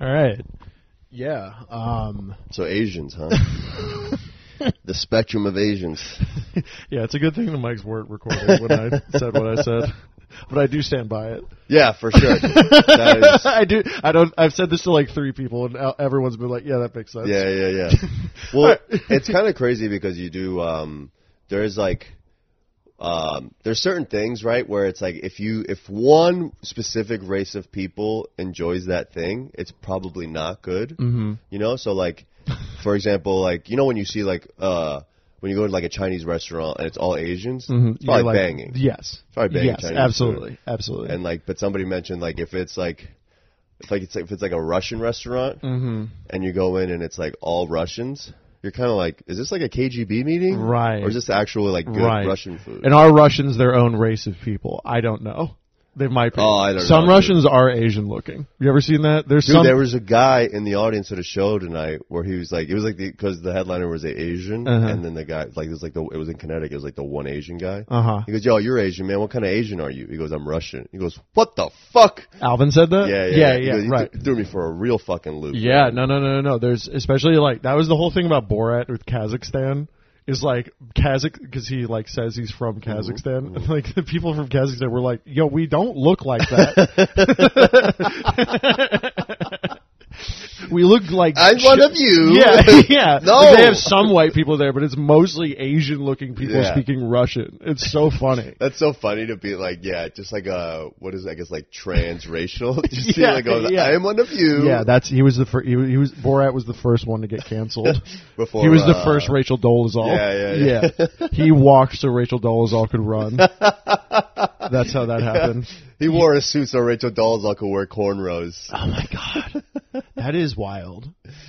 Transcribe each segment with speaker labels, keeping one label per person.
Speaker 1: All right. Yeah. Um,
Speaker 2: So Asians, huh? the spectrum of Asians.
Speaker 1: yeah, it's a good thing the mics weren't recording when I said what I said. But I do stand by it.
Speaker 2: Yeah, for sure. that is,
Speaker 1: I do. I don't. I've said this to like three people, and el- everyone's been like, "Yeah, that makes sense."
Speaker 2: yeah, yeah, yeah. Well, it's kind of crazy because you do. Um, there's like, um, there's certain things, right, where it's like if you if one specific race of people enjoys that thing, it's probably not good. Mm-hmm. You know, so like, for example, like you know when you see like uh when you go to like a Chinese restaurant and it's all Asians, it's
Speaker 1: You're
Speaker 2: probably
Speaker 1: mm-hmm. like,
Speaker 2: banging.
Speaker 1: Yes.
Speaker 2: Probably banging
Speaker 1: yes.
Speaker 2: Chinese food.
Speaker 1: absolutely. Absolutely.
Speaker 2: and like but somebody mentioned like if it's like if like it's like, if it's like a Russian
Speaker 1: Mm.
Speaker 2: restaurant
Speaker 1: Mm-hmm.
Speaker 2: and you go in and it's like all Russians, you're kind of like, is this like a KGB meeting,
Speaker 1: Right.
Speaker 2: Or is this actually like good
Speaker 1: right.
Speaker 2: Russian food?
Speaker 1: And are Russians their own race of people? I don't know. They might be.
Speaker 2: Oh, I don't
Speaker 1: some
Speaker 2: know, dude.
Speaker 1: Russians are Asian looking. You ever seen that? There's
Speaker 2: Dude,
Speaker 1: some.
Speaker 2: there was a guy in the audience at a show tonight where he was like, it was like because the, headliner was a Asian,
Speaker 1: Uh-huh.
Speaker 2: and then the guy like it was like the it was in Connecticut, it was like the one Asian guy.
Speaker 1: Uh-huh.
Speaker 2: He goes, yo, you're Asian, man. What kind of Asian are you? He goes, I'm Russian. He goes, what the fuck?
Speaker 1: Alvin said that.
Speaker 2: Yeah, yeah,
Speaker 1: Uh, yeah,
Speaker 2: He goes, "You
Speaker 1: right.
Speaker 2: th- threw me for a real fucking loop.
Speaker 1: Yeah, no, no, no, no, no. There's especially like that was the whole thing about Borat with Kazakhstan is like Kazakh because he like says he's from Kazakhstan and like the people from Kazakhstan were like, "Yo, we don't look like that. we look like
Speaker 2: I'm
Speaker 1: ch-
Speaker 2: one of you.
Speaker 1: Yeah, yeah.
Speaker 2: No.
Speaker 1: They have some white people there, but it's mostly Asian-looking people
Speaker 2: Yeah.
Speaker 1: speaking Russian. It's so funny.
Speaker 2: That's so funny to be like, yeah, just like uh what is it, I guess like transracial. just see
Speaker 1: Yeah,
Speaker 2: like, oh,
Speaker 1: yeah.
Speaker 2: I am one of you.
Speaker 1: Yeah, that's he was the first. He was, he was Borat was the first one to get canceled.
Speaker 2: Before,
Speaker 1: he was the
Speaker 2: uh,
Speaker 1: first Rachel Dolezal.
Speaker 2: Yeah, yeah,
Speaker 1: yeah. he walked so Rachel Dolezal could run. that's how that happened.
Speaker 2: He wore a suit so Rachel Dolezal could wear cornrows.
Speaker 1: Oh my god, that is wild.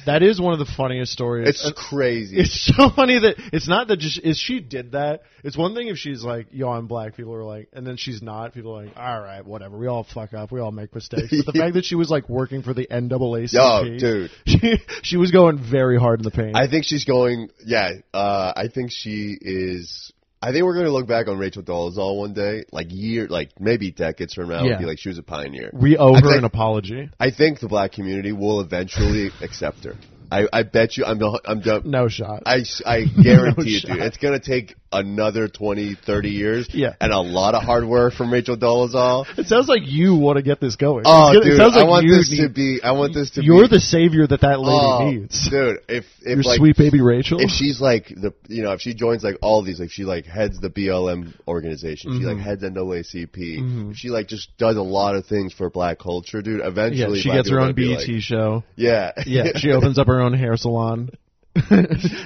Speaker 1: That is one of the funniest stories.
Speaker 2: It's
Speaker 1: Uh,
Speaker 2: crazy.
Speaker 1: it's so funny that it's not that just is she did that. It's one thing if she's like, "Yo, I'm black." People are like, and then she's not. People are like, "All right, whatever. We all fuck up. We all make mistakes." But the fact that she was like working for the NAACP,
Speaker 2: Yo, dude.
Speaker 1: she she was going very hard in the paint.
Speaker 2: I think she's going. Yeah, uh, I think she is. I think we're going to look back on Rachel Dolezal one day, like year, like maybe decades from now,
Speaker 1: Yeah.
Speaker 2: and be like she was a pioneer.
Speaker 1: we owe
Speaker 2: I
Speaker 1: her
Speaker 2: think-
Speaker 1: an apology.
Speaker 2: I think the black community will eventually accept her. I, I bet you. I'm. I'm. done.
Speaker 1: No shot.
Speaker 2: I, I guarantee it,
Speaker 1: shot.
Speaker 2: dude. It's going to take another 20, 30 years
Speaker 1: Yeah.
Speaker 2: and a lot of hard work from Rachel Dolezal.
Speaker 1: it sounds like you want to get this going.
Speaker 2: Oh,
Speaker 1: It's gonna- it
Speaker 2: dude,
Speaker 1: sounds like
Speaker 2: I want
Speaker 1: you
Speaker 2: this
Speaker 1: need,
Speaker 2: to be, I want this to
Speaker 1: you're
Speaker 2: be.
Speaker 1: the savior that that lady
Speaker 2: oh,
Speaker 1: needs.
Speaker 2: Dude, if, if
Speaker 1: Your
Speaker 2: like,
Speaker 1: sweet baby Rachel.
Speaker 2: if she's like the, you know, if she joins like all these, like she like heads the BLM organization, she like
Speaker 1: Mm-hmm.
Speaker 2: heads NAACP, if she like just does a lot of things for black culture, dude,
Speaker 1: yeah,
Speaker 2: eventually.
Speaker 1: she
Speaker 2: black
Speaker 1: gets her own
Speaker 2: people are gonna be
Speaker 1: BET
Speaker 2: like-
Speaker 1: show.
Speaker 2: yeah.
Speaker 1: Yeah, she opens up her own hair salon.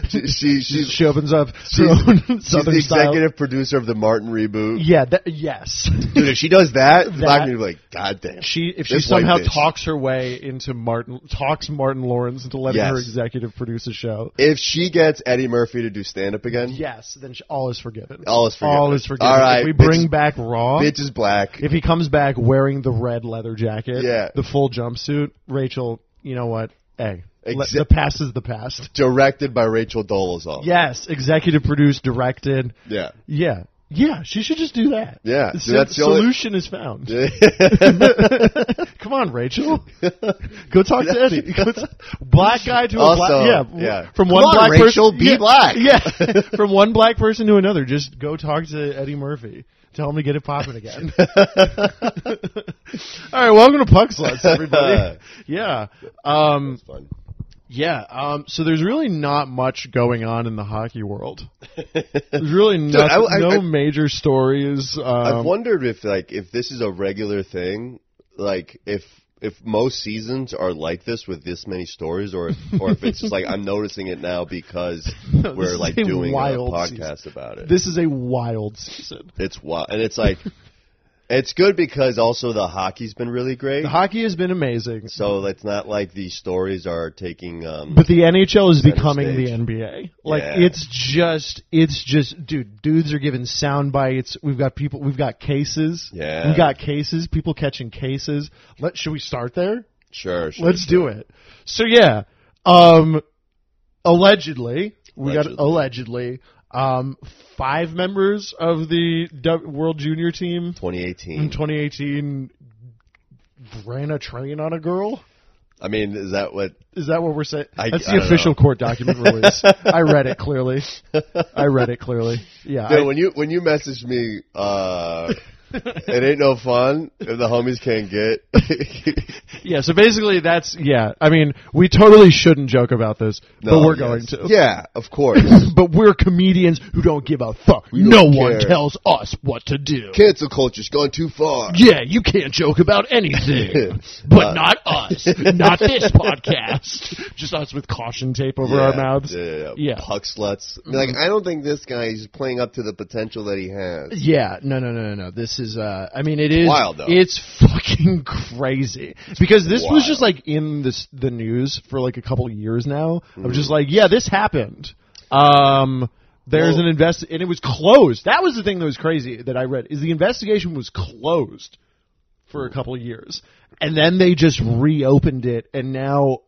Speaker 2: she, she, she's,
Speaker 1: she opens up her
Speaker 2: she's-
Speaker 1: own
Speaker 2: she's
Speaker 1: southern
Speaker 2: the
Speaker 1: style.
Speaker 2: executive producer of the Martin reboot.
Speaker 1: Yeah, that, yes.
Speaker 2: Dude, if she does that, the
Speaker 1: That-
Speaker 2: black people will be like, God damn.
Speaker 1: She if she
Speaker 2: This white
Speaker 1: somehow
Speaker 2: bitch.
Speaker 1: talks her way into Martin talks Martin Lawrence into letting
Speaker 2: Yes.
Speaker 1: her executive produce a show.
Speaker 2: if she gets Eddie Murphy to do stand up again,
Speaker 1: Yes, then she, all is forgiven.
Speaker 2: All is forgiven.
Speaker 1: All is forgiven.
Speaker 2: All
Speaker 1: If
Speaker 2: right,
Speaker 1: we bring
Speaker 2: bitch-
Speaker 1: back Raw.
Speaker 2: bitch is black.
Speaker 1: If he comes back wearing the red leather jacket,
Speaker 2: Yeah.
Speaker 1: the full jumpsuit, Rachel, you know what? Hey, let-
Speaker 2: Exa-
Speaker 1: the past is the past.
Speaker 2: Directed by Rachel Dolezal.
Speaker 1: Yes, executive produced, directed.
Speaker 2: Yeah.
Speaker 1: Yeah, yeah. She should just do that.
Speaker 2: Yeah,
Speaker 1: the
Speaker 2: dude, that's the only-
Speaker 1: solution is found. Come on, Rachel. Go talk to Eddie. Go t- black guy to a
Speaker 2: Also,
Speaker 1: black. Yeah,
Speaker 2: yeah.
Speaker 1: From
Speaker 2: Come
Speaker 1: one
Speaker 2: on,
Speaker 1: black
Speaker 2: Rachel,
Speaker 1: person,
Speaker 2: be
Speaker 1: yeah,
Speaker 2: black.
Speaker 1: Yeah, from one black person to another. Just go talk to Eddie Murphy. Tell him to get it popping again. All right, welcome to Puck Sluts, everybody. yeah, um,
Speaker 2: Fun.
Speaker 1: yeah. Um, so there's really not much going on in the hockey world. There's really nothing,
Speaker 2: I- I-
Speaker 1: no
Speaker 2: I-
Speaker 1: major stories. Um,
Speaker 2: I've wondered if like if this is a regular thing, like if if most seasons are like this with this many stories, or if, or if it's just like I'm noticing it now because
Speaker 1: this
Speaker 2: we're
Speaker 1: is
Speaker 2: like
Speaker 1: a
Speaker 2: doing a
Speaker 1: wild
Speaker 2: podcast about it.
Speaker 1: this is a wild season.
Speaker 2: it's wild, and it's like it's good because also the hockey's been really great.
Speaker 1: The hockey has been amazing.
Speaker 2: so it's not like these stories are taking. Um,
Speaker 1: But the NHL is becoming
Speaker 2: stage.
Speaker 1: the NBA. Like
Speaker 2: Yeah.
Speaker 1: it's just, it's just, dude. Dudes are giving sound bites. We've got people. We've got cases.
Speaker 2: Yeah.
Speaker 1: we got cases. People catching cases. Let should we start there?
Speaker 2: sure, sure,
Speaker 1: Let's do it. So yeah, um, allegedly, we got
Speaker 2: Allegedly.
Speaker 1: allegedly um, five members of the W- World Junior team
Speaker 2: 2018.
Speaker 1: in 2018 ran a train on a girl.
Speaker 2: I mean, is that what?
Speaker 1: Is that what we're saying?
Speaker 2: I-
Speaker 1: That's
Speaker 2: I
Speaker 1: the
Speaker 2: don't
Speaker 1: official
Speaker 2: know.
Speaker 1: court document release. I read it clearly. I read it clearly. Yeah.
Speaker 2: Dude,
Speaker 1: I-
Speaker 2: when you when you message me, uh, it ain't no fun if the homies can't get.
Speaker 1: yeah. So basically, that's yeah. I mean, we totally shouldn't joke about this, but
Speaker 2: No,
Speaker 1: we're
Speaker 2: yes.
Speaker 1: going to.
Speaker 2: Yeah, of course.
Speaker 1: But we're comedians who don't give a fuck. No
Speaker 2: don't
Speaker 1: one
Speaker 2: care.
Speaker 1: tells us what to do.
Speaker 2: Cancel culture's gone too far.
Speaker 1: Yeah, you can't joke about anything, but not us, not this podcast. Just us with caution tape over our
Speaker 2: Yeah,
Speaker 1: mouths.
Speaker 2: Yeah, yeah, yeah.
Speaker 1: Yeah. Mm-hmm.
Speaker 2: Puck sluts. I mean, Like, I don't think this guy is playing up to the potential that he has.
Speaker 1: Yeah, no, no, no, no, no. This is, uh, I mean, it is
Speaker 2: wild, though.
Speaker 1: It's fucking crazy because this was
Speaker 2: wild.
Speaker 1: just like in this the news for like a couple of years now. I'm
Speaker 2: Mm-hmm.
Speaker 1: just like, yeah, this happened. Um, there's
Speaker 2: Well-
Speaker 1: an invest, and it was closed. That was the thing that was crazy that I read is the investigation was closed for a couple of years, and then they just reopened it, and now,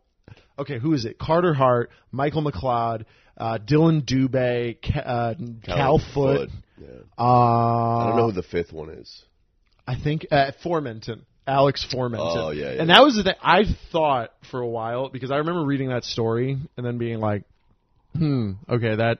Speaker 1: okay, who is it? Carter Hart, Michael McLeod. Uh, Dylan Dubay, Ca- uh, Calfoot,
Speaker 2: Yeah.
Speaker 1: uh,
Speaker 2: I don't know who the fifth one is.
Speaker 1: I think uh, Formenton, Alex Formenton.
Speaker 2: Oh, yeah, yeah,
Speaker 1: and that was the thing I thought for a while because I remember reading that story and then being like, hmm, okay, that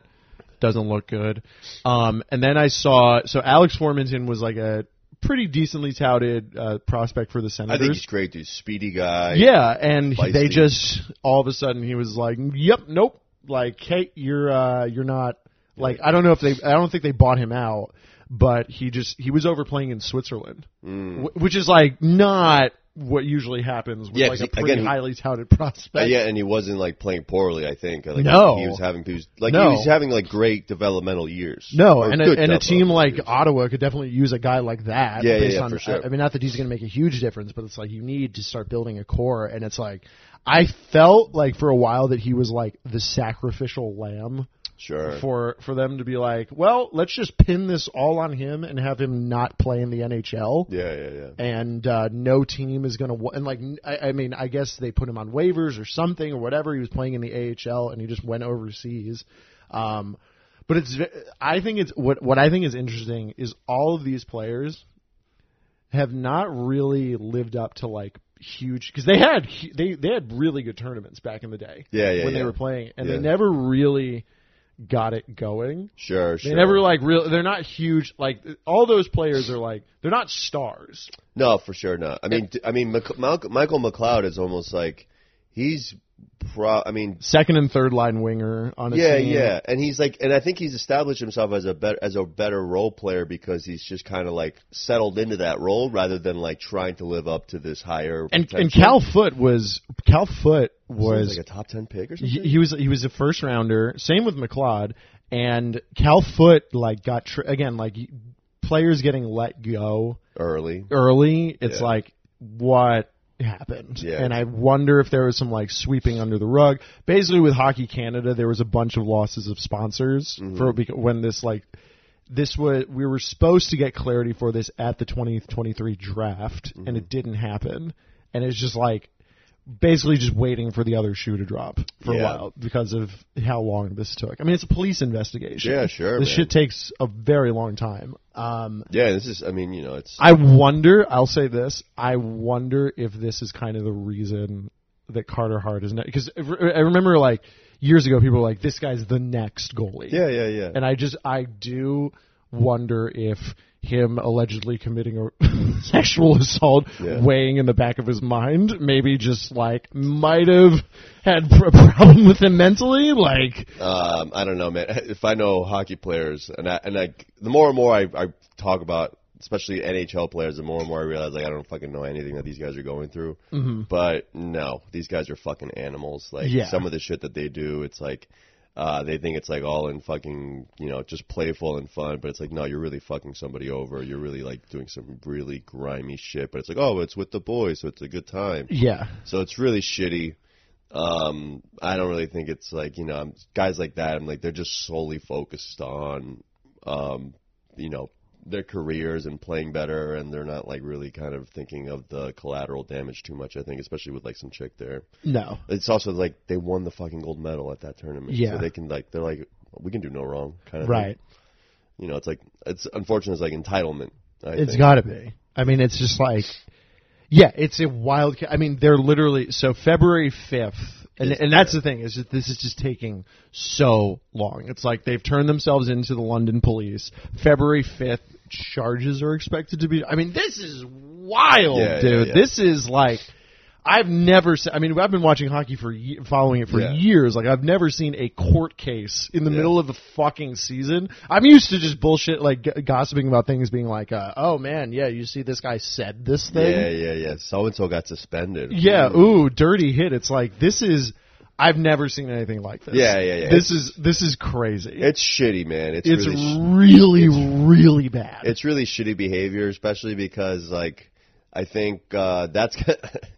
Speaker 1: doesn't look good. Um, and then I saw so Alex Formenton was like a pretty decently touted uh, prospect for the
Speaker 2: I
Speaker 1: Senators.
Speaker 2: think he's great, dude. Speedy guy.
Speaker 1: Yeah, and
Speaker 2: Feisty.
Speaker 1: they just all of a sudden he was like, "Yep, nope." Like, "Hey, you're uh you're not like I don't know if they I don't think they bought him out, but he just he was overplaying in Switzerland,
Speaker 2: Mm.
Speaker 1: wh- which is like not what usually happens with
Speaker 2: Yeah,
Speaker 1: like
Speaker 2: 'cause
Speaker 1: a
Speaker 2: he-
Speaker 1: pretty
Speaker 2: again, he-
Speaker 1: highly touted prospect.
Speaker 2: Uh, yeah, and he wasn't like playing poorly. I think. Like,
Speaker 1: No.
Speaker 2: he was having he was like
Speaker 1: No.
Speaker 2: he was having like great developmental years.
Speaker 1: No,
Speaker 2: Or
Speaker 1: and a,
Speaker 2: good
Speaker 1: and a team
Speaker 2: developmental
Speaker 1: like
Speaker 2: years.
Speaker 1: Ottawa could definitely use a guy like that.
Speaker 2: Yeah, yeah,
Speaker 1: based
Speaker 2: yeah,
Speaker 1: on,
Speaker 2: for sure.
Speaker 1: I, I mean, not that he's going to make a huge difference, but it's like you need to start building a core. And it's like I felt like for a while that he was like the sacrificial lamb
Speaker 2: sure.
Speaker 1: for for them to be like, well, let's just pin this all on him and have him not play in the NHL.
Speaker 2: yeah, yeah, yeah.
Speaker 1: And uh, no team is going to and like n- I, I mean I guess they put him on waivers or something or whatever. He was playing in the AHL and he just went overseas. Um, but it's ve- I think it's what what I think is interesting is all of these players have not really lived up to like huge because they had hu- they they had really good tournaments back in the day
Speaker 2: Yeah, yeah,
Speaker 1: when they
Speaker 2: yeah.
Speaker 1: were playing and they
Speaker 2: Yeah.
Speaker 1: never really got it going.
Speaker 2: Sure, sure.
Speaker 1: They never like real. They're not huge. Like all those players are like they're not stars.
Speaker 2: No, for sure not. I mean, d- I mean, Mc- Mal- Michael McLeod is almost like he's pro. I mean,
Speaker 1: Second and third line winger on a
Speaker 2: yeah,
Speaker 1: team.
Speaker 2: yeah, and he's like, and I think he's established himself as a better as a better role player because he's just kind of like settled into that role rather than like trying to live up to this higher.
Speaker 1: And and
Speaker 2: potential.
Speaker 1: Cal Foot was Cal Foot
Speaker 2: Wasn't
Speaker 1: was
Speaker 2: he like a top ten pick or
Speaker 1: he,
Speaker 2: something.
Speaker 1: he was he was a first rounder. Same with McLeod and Cal Foot like got tr- again like y- players getting let go
Speaker 2: Early,
Speaker 1: early. It's
Speaker 2: Yeah.
Speaker 1: like what happened
Speaker 2: Yeah.
Speaker 1: and i wonder if there was some like sweeping under the rug basically with hockey canada there was a bunch of losses of sponsors
Speaker 2: Mm-hmm.
Speaker 1: for beca- when this like this was we were supposed to get clarity for this at the 2023 draft
Speaker 2: Mm-hmm.
Speaker 1: and it didn't happen and it's just like basically just waiting for the other shoe to drop for a
Speaker 2: Yeah.
Speaker 1: while because of how long this took i mean it's a police investigation
Speaker 2: Yeah, sure,
Speaker 1: this
Speaker 2: man.
Speaker 1: shit takes a very long time um
Speaker 2: yeah. This is, I mean, you know, it's
Speaker 1: I wonder. I'll say this. I wonder if this is kind of the reason that Carter Hart is next. Because I remember like years ago, people were like, "This guy's the next goalie."
Speaker 2: yeah, yeah, yeah.
Speaker 1: And I just I do wonder if him allegedly committing a sexual assault
Speaker 2: Yeah.
Speaker 1: weighing in the back of his mind maybe just like might have had a problem with him mentally like
Speaker 2: Um, I don't know, man. If I know hockey players, and I, and I, the more and more I, I talk about, especially NHL players, the more and more I realize like I don't fucking know anything that these guys are going through. But no, these guys are fucking animals. Like
Speaker 1: Yeah.
Speaker 2: some of the shit that they do, it's like. Uh, they think it's like all in fucking, you know, just playful and fun, but it's like, no, you're really fucking somebody over. You're really like doing some really grimy shit, but it's like, oh, it's with the boys, so it's a good time.
Speaker 1: yeah
Speaker 2: So it's really shitty. Um, I don't really think it's like you know I'm- guys like that. I'm like they're just solely focused on, um, you know, their careers and playing better, and they're not like really kind of thinking of the collateral damage too much. I think, especially with like some chick there.
Speaker 1: no
Speaker 2: It's also like they won the fucking gold medal at that tournament,
Speaker 1: Yeah.
Speaker 2: so they can like they're like we can do no wrong, kind of thing.
Speaker 1: right
Speaker 2: You know, it's like it's unfortunate. It's like entitlement. I
Speaker 1: It's
Speaker 2: think.
Speaker 1: got to be. I mean, it's just like Yeah, it's a wild. Ca- I mean, they're literally so February fifth, and
Speaker 2: Is-
Speaker 1: and that's the thing is that this is just taking so long. It's like they've turned themselves into the London police. February fifth, charges are expected to be. I mean, this is wild,
Speaker 2: Yeah, yeah,
Speaker 1: dude.
Speaker 2: yeah.
Speaker 1: This is like. I've never seen. I mean, I've been watching hockey for ye- following it for
Speaker 2: Yeah.
Speaker 1: years. Like, I've never seen a court case in the
Speaker 2: Yeah.
Speaker 1: middle of the fucking season. I'm used to just bullshit, like g- gossiping about things, being like, uh, "Oh man, yeah, you see, this guy said this thing."
Speaker 2: Yeah, yeah, yeah. So and so got suspended.
Speaker 1: Yeah,
Speaker 2: Ooh.
Speaker 1: ooh, dirty hit. It's like this is I've never seen anything like this.
Speaker 2: Yeah, yeah, yeah.
Speaker 1: This is this is crazy.
Speaker 2: It's shitty, man. It's,
Speaker 1: it's
Speaker 2: really sh-
Speaker 1: really, really bad.
Speaker 2: it's really shitty behavior, especially because like I think uh, that's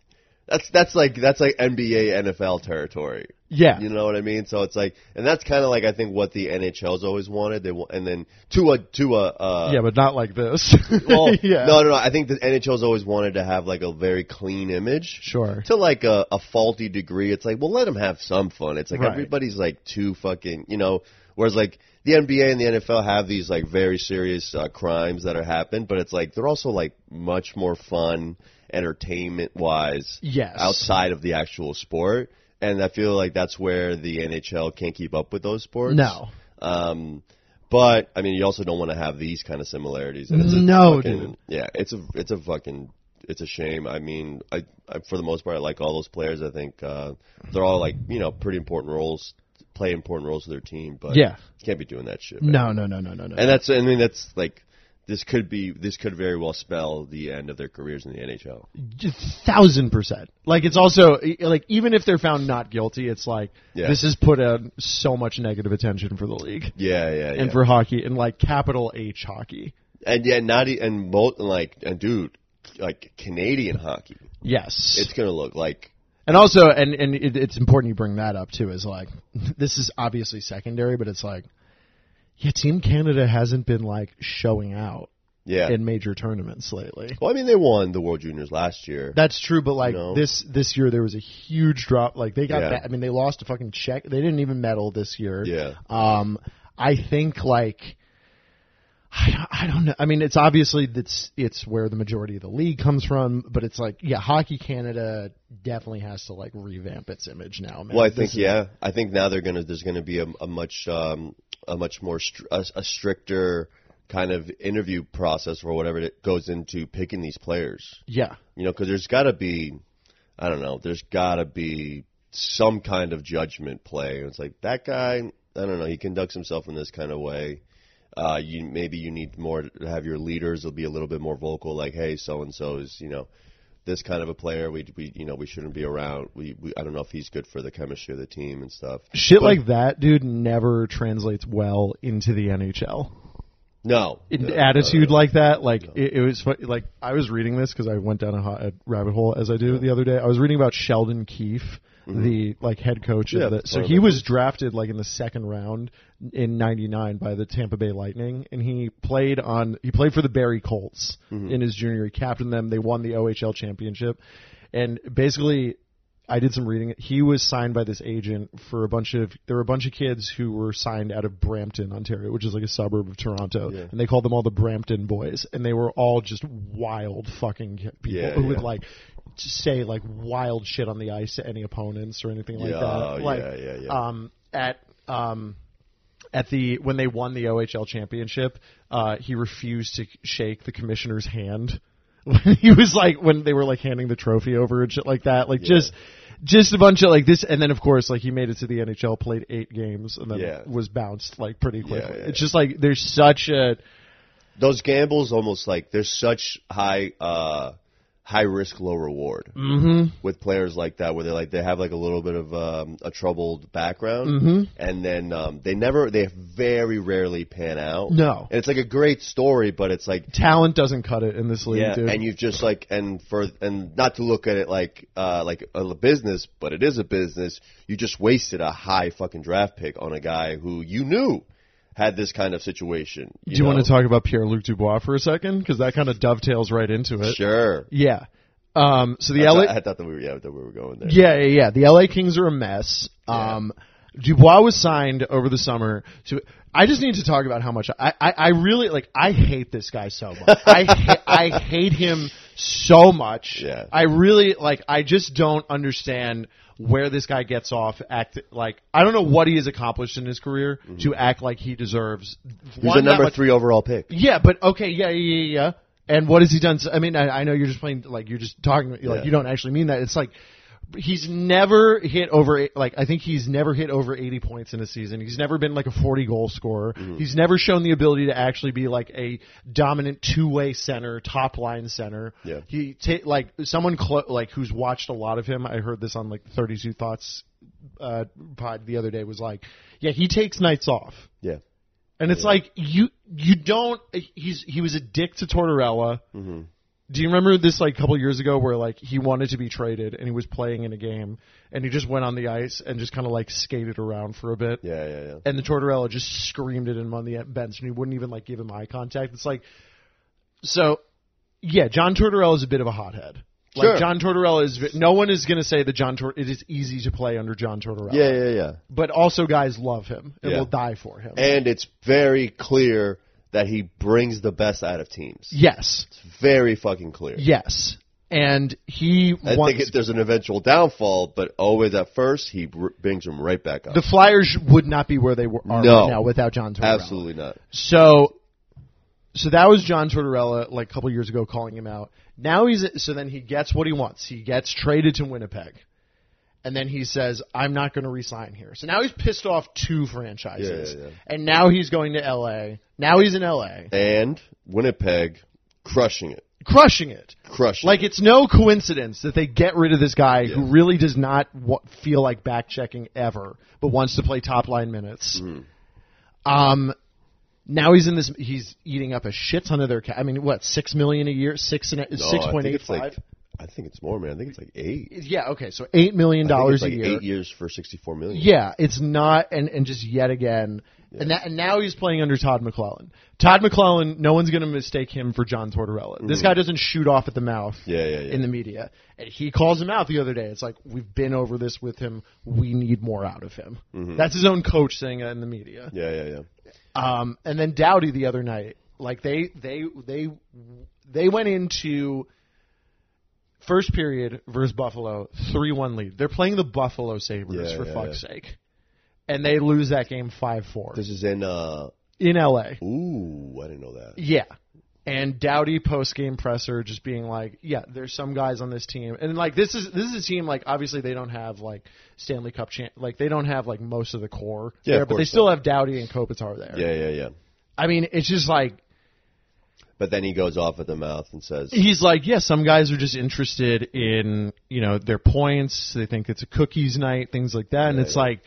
Speaker 2: that's that's like that's like NBA NFL territory.
Speaker 1: yeah.
Speaker 2: You know what I mean? So it's like, and that's kind of like I think what the NHL's always wanted. They want, and then to a to a uh,
Speaker 1: yeah, but not like this.
Speaker 2: well,
Speaker 1: yeah.
Speaker 2: no, no, no. I think the NHL's always wanted to have like a very clean image.
Speaker 1: Sure.
Speaker 2: To like a, a faulty degree, it's like, well, let them have some fun. It's like
Speaker 1: Right.
Speaker 2: everybody's like too fucking, you know. Whereas like the NBA and the NFL have these like very serious uh, crimes that are happened, but it's like they're also like much more fun, entertainment wise
Speaker 1: Yes.
Speaker 2: outside of the actual sport. And I feel like that's where the NHL can't keep up with those sports.
Speaker 1: No.
Speaker 2: Um, but I mean, you also don't want to have these kind of similarities. And it's a
Speaker 1: No,
Speaker 2: fucking-
Speaker 1: dude.
Speaker 2: Yeah, it's a it's a fucking it's a shame. I mean, I, I for the most part, I like all those players. I think uh, they're all like you know pretty important roles, play important roles to their team. But
Speaker 1: Yeah.
Speaker 2: you can't be doing that shit. man.
Speaker 1: No, no, no, no, no, no.
Speaker 2: and that's I mean that's like this could be this could very well spell the end of their careers in the NHL.
Speaker 1: Just thousand percent. Like it's also e- like even if they're found not guilty, it's like
Speaker 2: Yeah.
Speaker 1: this has put on so much negative attention for the league
Speaker 2: Yeah, yeah, yeah.
Speaker 1: and for hockey and like capital H hockey.
Speaker 2: And yeah, not e- and mo- like and dude, like Canadian hockey,
Speaker 1: Yes.
Speaker 2: it's gonna look like
Speaker 1: And also, and and it, it's important you bring that up too. Is like this is obviously secondary, but it's like, yeah, Team Canada hasn't been like showing out
Speaker 2: yeah.
Speaker 1: in major tournaments lately.
Speaker 2: well, I mean, they won the World Juniors last year.
Speaker 1: That's true, but like
Speaker 2: No.
Speaker 1: this this year there was a huge drop. Like they got
Speaker 2: Yeah.
Speaker 1: that. I mean, they lost to fucking Czech. They didn't even medal this year.
Speaker 2: yeah,
Speaker 1: Um, I think like. I don't, I don't know. I mean, it's obviously that's it's where the majority of the league comes from, but it's like, yeah, Hockey Canada definitely has to like revamp its image now. Man.
Speaker 2: Well, I
Speaker 1: This
Speaker 2: think
Speaker 1: is-
Speaker 2: yeah, I think now they're gonna there's gonna be a, a much um, a much more str- a, a stricter kind of interview process or whatever it goes into picking these players.
Speaker 1: Yeah.
Speaker 2: You know, because there's gotta be, I don't know, there's gotta be some kind of judgment play. It's like that guy, I don't know, he conducts himself in this kind of way. Uh, you maybe you need more to have your leaders will be a little bit more vocal, like, hey, so and so is, you know, this kind of a player. We, we, you know, we shouldn't be around. We, we, I don't know if he's good for the chemistry of the team and stuff.
Speaker 1: Shit
Speaker 2: But-
Speaker 1: like that, dude, never translates well into the NHL.
Speaker 2: No,
Speaker 1: In-
Speaker 2: No, no,
Speaker 1: attitude
Speaker 2: no.
Speaker 1: like that, like it, it was fu- like I was reading this because I went down a, hot, a rabbit hole as I do the other day. I was reading about Sheldon Keefe, the like head coach.
Speaker 2: Mm-hmm. Yeah,
Speaker 1: of the,
Speaker 2: that's
Speaker 1: so
Speaker 2: what I
Speaker 1: he was drafted like in the second round in '99 by the Tampa Bay Lightning, and he played on he played for the Barry Colts
Speaker 2: Mm-hmm.
Speaker 1: in his junior. year. He captained them. They won the OHL championship, and basically I did some reading. He was signed by this agent for a bunch of there were a bunch of kids who were signed out of Brampton, Ontario, which is like a suburb of Toronto,
Speaker 2: Yeah.
Speaker 1: and they called them all the Brampton boys, and they were all just wild fucking people
Speaker 2: Yeah,
Speaker 1: who would
Speaker 2: yeah.
Speaker 1: like just say like wild shit on the ice to any opponents or anything like
Speaker 2: Yeah,
Speaker 1: that.
Speaker 2: yeah,
Speaker 1: Like,
Speaker 2: yeah, yeah.
Speaker 1: Um, at um, at the when they won the OHL championship, uh, he refused to shake the commissioner's hand. When he was like when they were like handing the trophy over and shit like that, like just just a bunch of like this, and then of course like he made it to the NHL, played eight games, and then
Speaker 2: Yeah.
Speaker 1: was bounced like pretty quickly.
Speaker 2: yeah,
Speaker 1: It's just like there's such a
Speaker 2: those gambles almost like there's such high uh high risk low reward
Speaker 1: mm-hmm,
Speaker 2: with players like that where they are like they have like a little bit of um, a troubled background
Speaker 1: Mm-hmm.
Speaker 2: and then um, they never they very rarely pan out
Speaker 1: No.
Speaker 2: and it's like a great story but it's like
Speaker 1: talent doesn't cut it in this league,
Speaker 2: yeah
Speaker 1: dude.
Speaker 2: and you've just like and for and not to look at it like uh like a business but it is a business you just wasted a high fucking draft pick on a guy who you knew had this kind of situation
Speaker 1: Do you want
Speaker 2: know?
Speaker 1: to talk about Pierre Luc Dubois for a second? Because that kind of dovetails right into it.
Speaker 2: sure
Speaker 1: Yeah. Um, so the
Speaker 2: I
Speaker 1: LA,
Speaker 2: thought- I thought that we were, yeah, that we were going there.
Speaker 1: yeah, yeah, yeah. The LA Kings are a mess. Um, Dubois was signed over the summer. To, I just need to talk about how much I, I, I really like. I hate this guy so much. I, ha- I hate him so much.
Speaker 2: Yeah.
Speaker 1: I really like. I just don't understand where this guy gets off. Act like I don't know what he has accomplished in his career to act like he deserves.
Speaker 2: Mm-hmm. He's
Speaker 1: one,
Speaker 2: a
Speaker 1: that
Speaker 2: number
Speaker 1: much-
Speaker 2: three overall pick.
Speaker 1: Yeah, but okay, yeah, yeah, yeah. yeah. And what has he done? s- I mean, I, I know you're just playing like you're just talking like
Speaker 2: Yeah.
Speaker 1: you don't actually mean that. It's like he's never hit over like I think he's never hit over 80 points in a season. He's never been like a 40 goal scorer.
Speaker 2: Mm-hmm.
Speaker 1: He's never shown the ability to actually be like a dominant two-way center, top line center.
Speaker 2: Yeah.
Speaker 1: He ta- like someone clo- like who's watched a lot of him. I heard this on like 32 Thoughts uh pod the other day was like, yeah, he takes nights off.
Speaker 2: Yeah.
Speaker 1: And it's like you you don't he's he was a dick to Tortorella.
Speaker 2: Mm-hmm.
Speaker 1: Do you remember this like a couple years ago where like he wanted to be traded and he was playing in a game and he just went on the ice and just kind of like skated around for a bit
Speaker 2: Yeah, yeah, yeah.
Speaker 1: and the Tortorella just screamed at him on the bench and he wouldn't even like give him eye contact. It's like so yeah, John Tortorella is a bit of a hothead. Like
Speaker 2: Sure.
Speaker 1: John Tortorella is v- no one is going to say that John Tor- it is easy to play under John Tortorella.
Speaker 2: Yeah, yeah, yeah.
Speaker 1: But also guys love him and
Speaker 2: Yeah.
Speaker 1: will die for him.
Speaker 2: And it's very clear that he brings the best out of teams.
Speaker 1: yes.
Speaker 2: It's very fucking clear.
Speaker 1: Yes. And he
Speaker 2: I
Speaker 1: wants
Speaker 2: think it, there's an eventual downfall, but always at first he br- brings them right back up.
Speaker 1: the Flyers would not be where they were are
Speaker 2: No.
Speaker 1: right now without John Tortorella.
Speaker 2: Absolutely not.
Speaker 1: So so that was John Tortorella like a couple years ago calling him out. Now he's so then he gets what he wants. He gets traded to Winnipeg. And then he says, "I'm not going to resign here." So now he's pissed off two franchises.
Speaker 2: Yeah, yeah, yeah.
Speaker 1: And now he's going to LA. Now he's in LA,
Speaker 2: And Winnipeg crushing it,
Speaker 1: crushing it.
Speaker 2: crushing.
Speaker 1: Like it's no coincidence that they get rid of this guy who really does not wa feel like back checking ever, but wants to play top line minutes.
Speaker 2: Mm-hmm.
Speaker 1: Um, now he's in this. He's eating up a shit ton of their. Ca- I mean, what six million a year? Six and
Speaker 2: it. No,
Speaker 1: six point
Speaker 2: Oh, I think
Speaker 1: eight
Speaker 2: it's like-
Speaker 1: five.
Speaker 2: I think it's more, man. I think it's like eight
Speaker 1: Yeah. Okay. So eight million
Speaker 2: I think
Speaker 1: dollars
Speaker 2: it's like
Speaker 1: a year.
Speaker 2: Eight years for sixty-four million.
Speaker 1: Yeah, it's not, and and just yet again, and that, and now he's playing under Todd McClellan. Todd McClellan, no one's going to mistake him for John Tortorella. This guy doesn't shoot off at the mouth.
Speaker 2: Mm-hmm. Yeah, yeah, yeah.
Speaker 1: In the media, and he calls him out the other day. It's like we've been over this with him. We need more out of him.
Speaker 2: Mm-hmm.
Speaker 1: That's his own coach saying that in the media.
Speaker 2: yeah, yeah, yeah.
Speaker 1: Um, and then Dowdy the other night, like they they they they went into first period versus Buffalo three one lead. They're playing the Buffalo Sabers
Speaker 2: Yeah,
Speaker 1: for
Speaker 2: yeah,
Speaker 1: fuck's sake, and they lose that game five four
Speaker 2: This is in. uh
Speaker 1: in L.A.
Speaker 2: Ooh, I didn't know that.
Speaker 1: Yeah. And Dowdy post game presser just being like, yeah, there's some guys on this team, and like this is this is a team like obviously they don't have like Stanley Cup champ, like they don't have like most of the core
Speaker 2: Yeah,
Speaker 1: there,
Speaker 2: of
Speaker 1: but they
Speaker 2: course
Speaker 1: still have Dowdy and Kopitar there.
Speaker 2: Yeah, yeah, yeah.
Speaker 1: I mean, it's just like
Speaker 2: But then he goes off at the mouth and says,
Speaker 1: he's like, yeah, some guys are just interested in you know their points. They think it's a cookies night, things like that. And
Speaker 2: Yeah,
Speaker 1: it's
Speaker 2: yeah.
Speaker 1: like,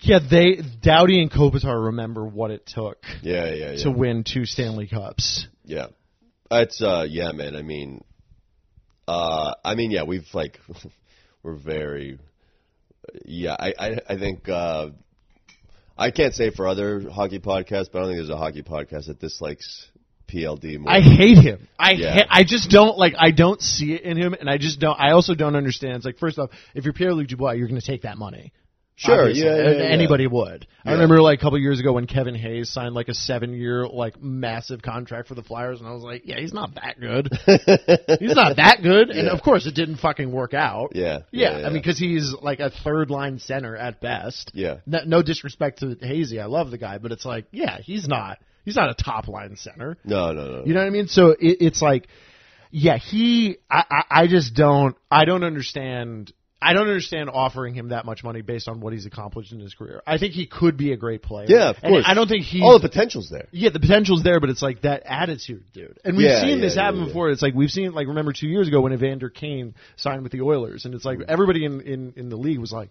Speaker 1: yeah, they Dowdy and Kopitar remember what it took
Speaker 2: "Yeah, yeah, yeah."
Speaker 1: to win two Stanley Cups.
Speaker 2: Yeah. It's uh yeah, man. I mean uh I mean yeah, we've like we're very yeah, I I, I think uh I can't say for other hockey podcasts, but I don't think there's a hockey podcast that dislikes PLD more.
Speaker 1: I hate him. I
Speaker 2: Yeah.
Speaker 1: ha- I just don't like. I don't see it in him, and I just don't. I also don't understand. It's like, first off, if you're Pierre Luc Dubois, you're going to take that money.
Speaker 2: Sure,
Speaker 1: Obviously.
Speaker 2: yeah, yeah,
Speaker 1: And
Speaker 2: yeah.
Speaker 1: anybody would. I
Speaker 2: Yeah.
Speaker 1: remember like a couple years ago when Kevin Hayes signed like a seven year like massive contract for the Flyers, and I was like, yeah, he's not that good. he's not that good, and of course, it didn't fucking work out.
Speaker 2: Yeah,
Speaker 1: Yeah,
Speaker 2: yeah,
Speaker 1: I
Speaker 2: yeah.
Speaker 1: mean, because he's like a third line center at best.
Speaker 2: Yeah.
Speaker 1: No, no disrespect to Hazy, I love the guy, but it's like, yeah, he's not. He's not a top line center.
Speaker 2: no, no, no.
Speaker 1: You know what I mean? So it, it's like, yeah, he. I, I I just don't. I don't understand. I don't understand offering him that much money based on what he's accomplished in his career. I think he could be a great player.
Speaker 2: yeah, of
Speaker 1: And
Speaker 2: course.
Speaker 1: I don't think he.
Speaker 2: All Oh, the potential's there.
Speaker 1: yeah, the potential's there, but it's like that attitude, dude. And we've
Speaker 2: Yeah,
Speaker 1: seen
Speaker 2: yeah,
Speaker 1: this
Speaker 2: yeah,
Speaker 1: happen
Speaker 2: yeah.
Speaker 1: before. It's like we've seen, like, remember two years ago when Evander Kane signed with the Oilers, and it's
Speaker 2: Mm.
Speaker 1: like everybody in in, in the league was like,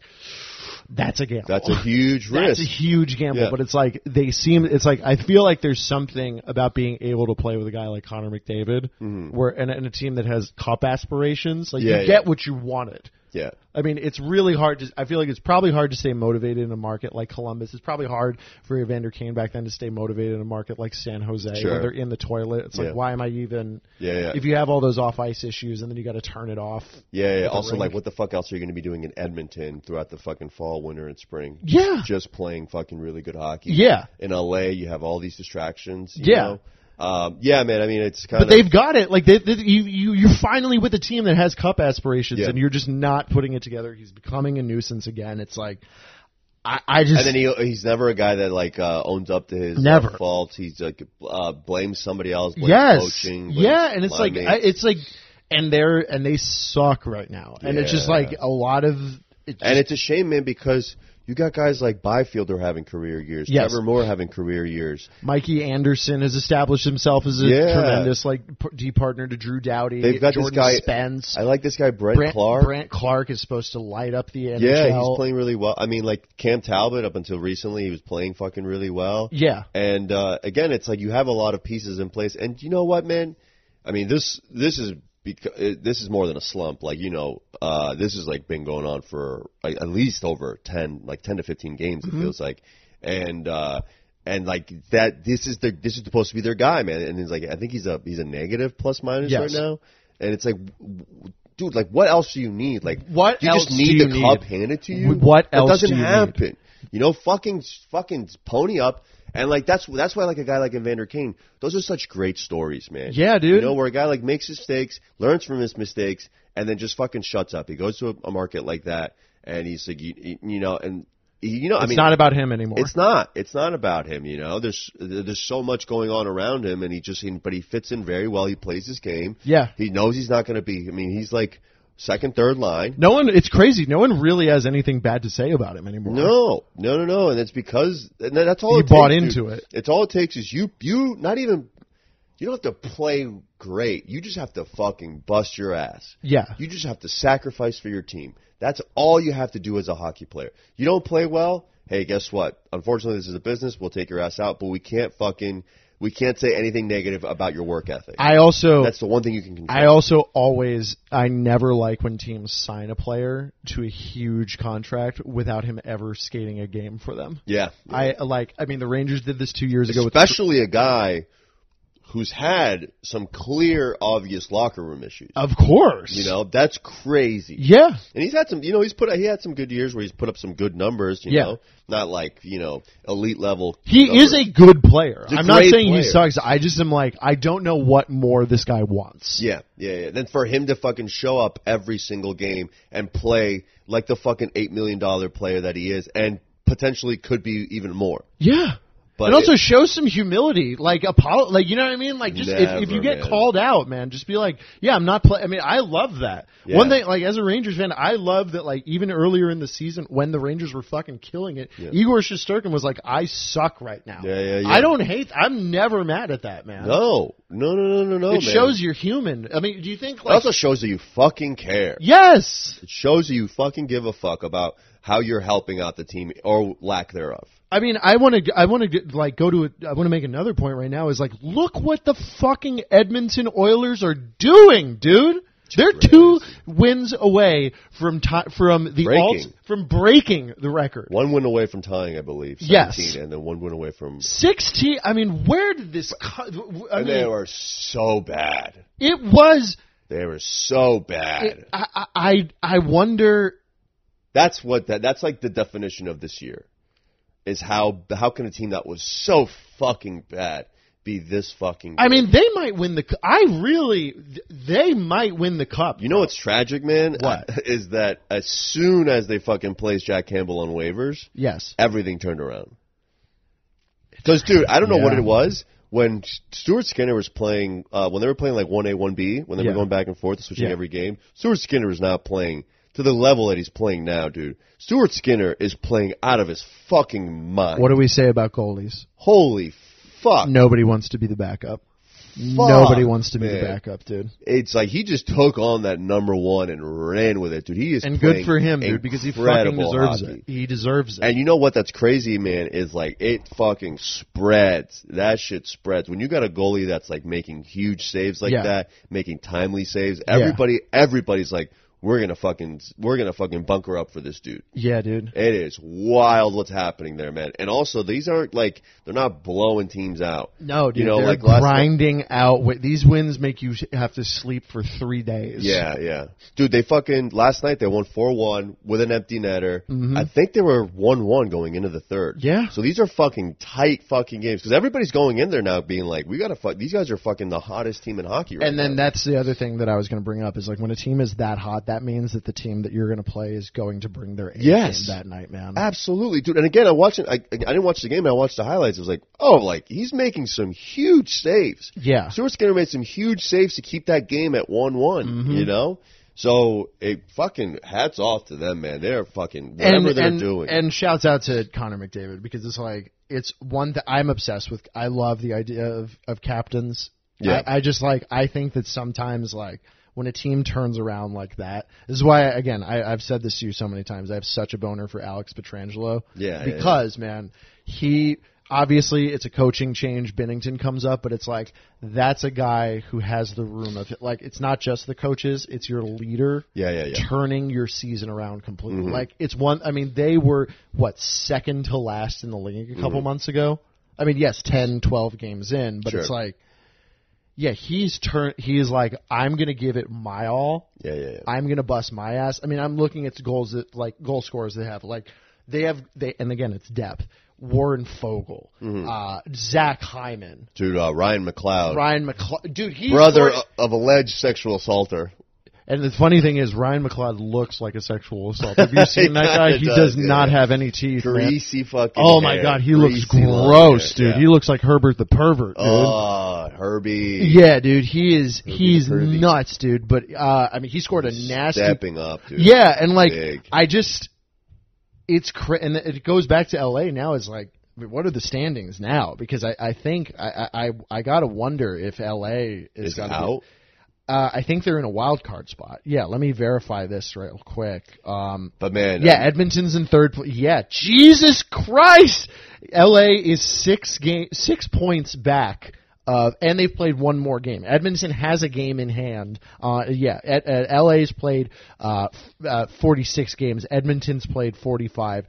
Speaker 1: "That's a gamble."
Speaker 2: That's a huge
Speaker 1: That's
Speaker 2: risk.
Speaker 1: a huge gamble,
Speaker 2: Yeah.
Speaker 1: but it's like they seem. It's like I feel like there's something about being able to play with a guy like Connor McDavid, where and, and a team that has cup aspirations. Like
Speaker 2: Mm-hmm. Yeah,
Speaker 1: you
Speaker 2: yeah.
Speaker 1: get what you wanted.
Speaker 2: yeah.
Speaker 1: I mean, it's really hard to. I feel like it's probably hard to stay motivated in a market like Columbus. It's probably hard for Evander Kane back then to stay motivated in a market like San Jose, where
Speaker 2: Sure.
Speaker 1: they're in the toilet. It's like,
Speaker 2: Yeah.
Speaker 1: why am I even?
Speaker 2: Yeah, yeah.
Speaker 1: If you have all those off ice issues, and then you got to turn it off.
Speaker 2: Yeah, yeah.
Speaker 1: With the
Speaker 2: Also,
Speaker 1: rink.
Speaker 2: like, what the fuck else are you going to be doing in Edmonton throughout the fucking fall, winter, and spring?
Speaker 1: Yeah.
Speaker 2: Just playing fucking really good hockey.
Speaker 1: Yeah.
Speaker 2: In LA, you have all these distractions. you
Speaker 1: Yeah.
Speaker 2: know? Um, yeah, man. I mean, it's kind
Speaker 1: But
Speaker 2: of.
Speaker 1: they've got it. Like they, they, you, you, you're finally with a team that has cup aspirations,
Speaker 2: Yeah.
Speaker 1: and you're just not putting it together. He's becoming a nuisance again. It's like, I, I just
Speaker 2: and then he he's never a guy that like uh, owns up to his uh,
Speaker 1: Never.
Speaker 2: faults. He's like uh, blames somebody else. Blames
Speaker 1: yes,
Speaker 2: coaching, blames
Speaker 1: yeah, and it's
Speaker 2: linemen.
Speaker 1: like I, it's like, and they're and they suck right now, and it's just
Speaker 2: Yeah.
Speaker 1: like a lot of. It just,
Speaker 2: And it's a shame, man, because you got guys like Byfield who are having career years.
Speaker 1: Yes.
Speaker 2: Trevor Moore having career years.
Speaker 1: Mikey Anderson has established himself as a
Speaker 2: Yeah.
Speaker 1: tremendous like p- D partner to Drew Dowdy.
Speaker 2: They've got this
Speaker 1: Jordan
Speaker 2: guy-
Speaker 1: Spence.
Speaker 2: I like this guy Brent,
Speaker 1: Brant,
Speaker 2: Clark.
Speaker 1: Brant Clark is supposed to light up the NHL.
Speaker 2: yeah, he's playing really well. I mean, like Cam Talbot up until recently, he was playing fucking really well.
Speaker 1: Yeah,
Speaker 2: And uh, again, it's like you have a lot of pieces in place. And you know what, man? I mean this this is because this is more than a slump. Like you know, uh, this has like been going on for like, at least over ten, like ten to fifteen games.
Speaker 1: Mm-hmm.
Speaker 2: It feels like, and uh, and like that. This is the this is supposed to be their guy, man. And it's like I think he's a he's a negative plus minus
Speaker 1: Yes.
Speaker 2: right now. And it's like, w- w- dude, like what else do you need? Like
Speaker 1: What
Speaker 2: you
Speaker 1: else
Speaker 2: just need
Speaker 1: do
Speaker 2: the
Speaker 1: you
Speaker 2: cup
Speaker 1: need?
Speaker 2: handed to you?
Speaker 1: What
Speaker 2: that
Speaker 1: else
Speaker 2: doesn't
Speaker 1: do you need?
Speaker 2: happen happen. You know, fucking fucking pony up. And like that's that's why like a guy like Evander Kane, those are such great stories, man.
Speaker 1: Yeah, dude.
Speaker 2: You know, where a guy like makes mistakes, learns from his mistakes, and then just fucking shuts up. He goes to a, a market like that, and he's like, you, you know, and you know, I
Speaker 1: it's
Speaker 2: mean,
Speaker 1: not about him anymore.
Speaker 2: it's not. It's not about him. You know, there's there's so much going on around him, and he just he, but he fits in very well. He plays his game.
Speaker 1: Yeah.
Speaker 2: He knows he's not going to be. I mean, he's like second, third line.
Speaker 1: No one. It's crazy. No one really has anything bad to say about him anymore.
Speaker 2: No, no, no, no, and it's because and that- that's all
Speaker 1: You
Speaker 2: it takes,
Speaker 1: bought
Speaker 2: dude.
Speaker 1: into it.
Speaker 2: It's all it takes is you, you not even you don't have to play great. You just have to fucking bust your ass.
Speaker 1: Yeah.
Speaker 2: You just have to sacrifice for your team. That's all you have to do as a hockey player. You don't play well, hey, guess what? Unfortunately, this is a business. We'll take your ass out, but we can't fucking we can't say anything negative about your work ethic.
Speaker 1: I also.
Speaker 2: that's the one thing you can control.
Speaker 1: I also always. I never like when teams sign a player to a huge contract without him ever skating a game for them.
Speaker 2: yeah.
Speaker 1: I like. I mean, the Rangers did this two years ago. With
Speaker 2: especially a guy who's had some clear, obvious locker room issues.
Speaker 1: of course.
Speaker 2: You know, that's crazy.
Speaker 1: Yeah.
Speaker 2: And he's had some, you know, he's put he had some good years where he's put up some good numbers. You
Speaker 1: Yeah.
Speaker 2: know, not like you know elite level.
Speaker 1: He
Speaker 2: numbers.
Speaker 1: is a good player.
Speaker 2: a
Speaker 1: I'm not
Speaker 2: great
Speaker 1: saying he
Speaker 2: player.
Speaker 1: sucks. I just am like, I don't know what more this guy wants.
Speaker 2: Yeah, yeah, yeah. Then for him to fucking show up every single game and play like the fucking eight million dollar player that he is, and potentially could be even more.
Speaker 1: Yeah.
Speaker 2: But
Speaker 1: and also
Speaker 2: it-
Speaker 1: show some humility, like apolo- like you know what I mean. Like just if, if you
Speaker 2: Never,
Speaker 1: get
Speaker 2: man.
Speaker 1: called out, man, just be like, yeah, I'm not playing. I mean, I love that. One
Speaker 2: Yeah.
Speaker 1: thing, like as a Rangers fan, I love that. Like even earlier in the season, when the Rangers were fucking killing it, Igor Shosturkin was like, I suck right now.
Speaker 2: Yeah, yeah, yeah.
Speaker 1: I don't hate. I'm never mad at that, man.
Speaker 2: No, no, no, no, no, no.
Speaker 1: it
Speaker 2: man.
Speaker 1: shows you're human. I mean, do you think
Speaker 2: It
Speaker 1: like
Speaker 2: also shows that you fucking care.
Speaker 1: yes?
Speaker 2: It shows that you fucking give a fuck about how you're helping out the team or lack thereof.
Speaker 1: I mean, I want to, I want to like go to, a, I want to make another point right now. Is like, look what the fucking Edmonton Oilers are doing, dude. They're two wins away from ti from the
Speaker 2: Breaking.
Speaker 1: alt from breaking the record.
Speaker 2: One win away from tying, I believe. 17,
Speaker 1: Yes.
Speaker 2: And then one win away from.
Speaker 1: Sixteen. I mean, where did this? Co- I
Speaker 2: And they
Speaker 1: mean,
Speaker 2: were so bad.
Speaker 1: it was.
Speaker 2: They were so bad.
Speaker 1: It, I, I I wonder.
Speaker 2: that's what that. That's like the definition of this year. Is how how can a team that was so fucking bad be this fucking?
Speaker 1: I
Speaker 2: good?
Speaker 1: mean, they might win the. cu- I really, they might win the cup.
Speaker 2: you know what's tragic, man?
Speaker 1: What?
Speaker 2: is that? As soon as they fucking placed Jack Campbell on waivers,
Speaker 1: Yes.
Speaker 2: everything turned around. Because, dude, I don't know what
Speaker 1: Yeah.
Speaker 2: it was when Stuart Skinner was playing uh, when they were playing like one A, one B when they
Speaker 1: Yeah.
Speaker 2: were going back and forth switching
Speaker 1: Yeah.
Speaker 2: every game. Stuart Skinner was not playing to the level that he's playing now, dude. Stuart Skinner is playing out of his fucking mind.
Speaker 1: What do we say about goalies?
Speaker 2: Holy fuck!
Speaker 1: Nobody wants to be the backup.
Speaker 2: Fuck,
Speaker 1: Nobody wants to be
Speaker 2: man.
Speaker 1: the backup, dude.
Speaker 2: It's like he just took on that number one and ran with it, dude. He is
Speaker 1: And good
Speaker 2: playing
Speaker 1: for him, dude, because he fucking
Speaker 2: incredible
Speaker 1: deserves
Speaker 2: hockey.
Speaker 1: it. He deserves it.
Speaker 2: And you know what? That's crazy, man. Is like it fucking spreads. That shit spreads. When you got a goalie that's like making huge saves like
Speaker 1: Yeah.
Speaker 2: that, making timely saves,
Speaker 1: Yeah.
Speaker 2: everybody, everybody's like, we're gonna fucking we're gonna fucking bunker up for this dude.
Speaker 1: Yeah, dude.
Speaker 2: It is wild what's happening there, man. And also, these aren't like they're not blowing teams out.
Speaker 1: No, dude.
Speaker 2: You know,
Speaker 1: they're
Speaker 2: like last
Speaker 1: grinding out. wi- These wins make you sh- have to sleep for three days.
Speaker 2: Yeah, yeah, dude. They fucking last night they won four one with an empty netter. I think they were one one going into the third.
Speaker 1: Mm-hmm. Yeah.
Speaker 2: So these are fucking tight fucking games because everybody's going in there now being like, we gotta fuck. These guys are fucking the hottest team in hockey right
Speaker 1: And then
Speaker 2: now.
Speaker 1: that's the other thing that I was going to bring up is like when a team is that hot, that means that the team that you're going to play is going to bring their A
Speaker 2: Yes.
Speaker 1: game that night, man.
Speaker 2: Absolutely, dude. And again, I watching. I, I didn't watch the game. I watched the highlights. I was like, oh, like he's making some huge saves.
Speaker 1: Yeah.
Speaker 2: Stuart Skinner made some huge saves to keep that game at one one.
Speaker 1: Mm-hmm.
Speaker 2: You know. So it fucking hats off to them, man. They're fucking whatever they're
Speaker 1: and,
Speaker 2: doing.
Speaker 1: And shouts out to Connor McDavid because it's like it's one that I'm obsessed with. I love the idea of of captains.
Speaker 2: Yeah.
Speaker 1: I, I just like I think that sometimes like when a team turns around like that, this is why again I, I've said this to you so many times. I have such a boner for Alex Petrangelo.
Speaker 2: Yeah, yeah, yeah.
Speaker 1: because man, he obviously it's a coaching change. Bennington comes up, but it's like that's a guy who has the room of like it's not just the coaches, it's your leader
Speaker 2: yeah, yeah, yeah. Mm-hmm.
Speaker 1: turning your season around completely. Like it's one. I mean, they were what second to last in the league a
Speaker 2: Mm-hmm.
Speaker 1: couple months ago. I mean, yes, 10, 12 games in, but
Speaker 2: Sure.
Speaker 1: it's like, yeah, he's turn. He's like, I'm gonna give it my all.
Speaker 2: Yeah, yeah, yeah.
Speaker 1: I'm gonna bust my ass. I mean, I'm looking at the goals that like goal scorers they have. Like they have they, and again, it's depth. Warren Fogle,
Speaker 2: Mm-hmm.
Speaker 1: uh, Zach Hyman,
Speaker 2: Dude, uh, Ryan McLeod,
Speaker 1: Ryan McLeod. Dude, he
Speaker 2: brother
Speaker 1: scored-
Speaker 2: of alleged sexual assaulter.
Speaker 1: And the funny thing is, Ryan McLeod looks like a sexual assault. Have you seen that guy?
Speaker 2: kinda
Speaker 1: He does,
Speaker 2: does, yeah.
Speaker 1: not have any teeth. man.
Speaker 2: Greasy fucking.
Speaker 1: Oh my
Speaker 2: hair.
Speaker 1: god, he looks
Speaker 2: Greasy long
Speaker 1: gross,
Speaker 2: hair.
Speaker 1: dude.
Speaker 2: Yeah.
Speaker 1: He looks like Herbert the pervert, dude.
Speaker 2: Oh, Herbie.
Speaker 1: yeah, dude, he is he's
Speaker 2: pervy.
Speaker 1: nuts, dude. But uh, I mean, he scored a nasty.
Speaker 2: Stepping up, dude.
Speaker 1: yeah, and like
Speaker 2: Big.
Speaker 1: I just, it's cra- and it goes back to L.A. Now is like, I mean, what are the standings now? Because I I think I I I, I gotta wonder if L.A. is
Speaker 2: Is
Speaker 1: gonna be-
Speaker 2: out.
Speaker 1: uh, I think they're in a wild card spot. Yeah, let me verify this real quick. Um,
Speaker 2: But man,
Speaker 1: yeah, Edmonton's in third. pla- Yeah, Jesus Christ! L.A. is six game, six points back. Of, and they've played one more game. Edmonton has a game in hand. Uh, yeah, Ed, Ed, LA's played uh, f- uh, 46 games. Edmonton's played 45.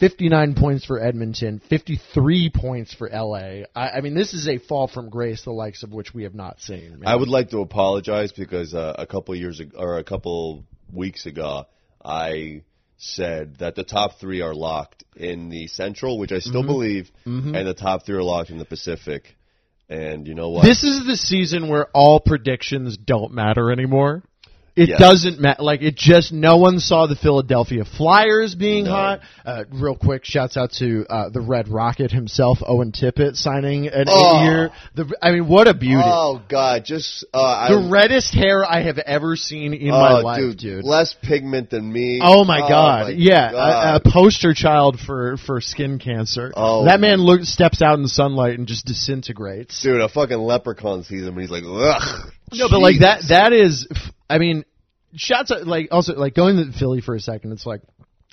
Speaker 1: 59 points for Edmonton, 53 points for LA. I, I mean, this is a fall from grace, the likes of which we have not seen. man.
Speaker 2: I would like to apologize because uh, a couple years ago, or a couple weeks ago, I said that the top three are locked in the Central, which I still
Speaker 1: Mm-hmm.
Speaker 2: believe, and the top three are locked in the Pacific. And you know what?
Speaker 1: This is the season where all predictions don't matter anymore. It
Speaker 2: Yeah.
Speaker 1: doesn't matter. Like it just, no one saw the Philadelphia Flyers being
Speaker 2: No.
Speaker 1: hot. Uh, real quick, shouts out to uh, the Red Rocket himself, Owen Tippett, signing an
Speaker 2: Oh.
Speaker 1: eight-year. The, I mean, what a beauty!
Speaker 2: oh God, just uh,
Speaker 1: the
Speaker 2: I,
Speaker 1: reddest hair I have ever seen in
Speaker 2: oh,
Speaker 1: my life, dude.
Speaker 2: less pigment than me.
Speaker 1: Oh my god!
Speaker 2: my
Speaker 1: yeah,
Speaker 2: God.
Speaker 1: A, a poster child for for skin cancer.
Speaker 2: Oh.
Speaker 1: that man looks steps out in sunlight and just disintegrates.
Speaker 2: dude, a fucking leprechaun sees him and he's like, ugh.
Speaker 1: No, but like that
Speaker 2: Jesus.
Speaker 1: that is I mean, shots at, like also like going to Philly for a second, it's like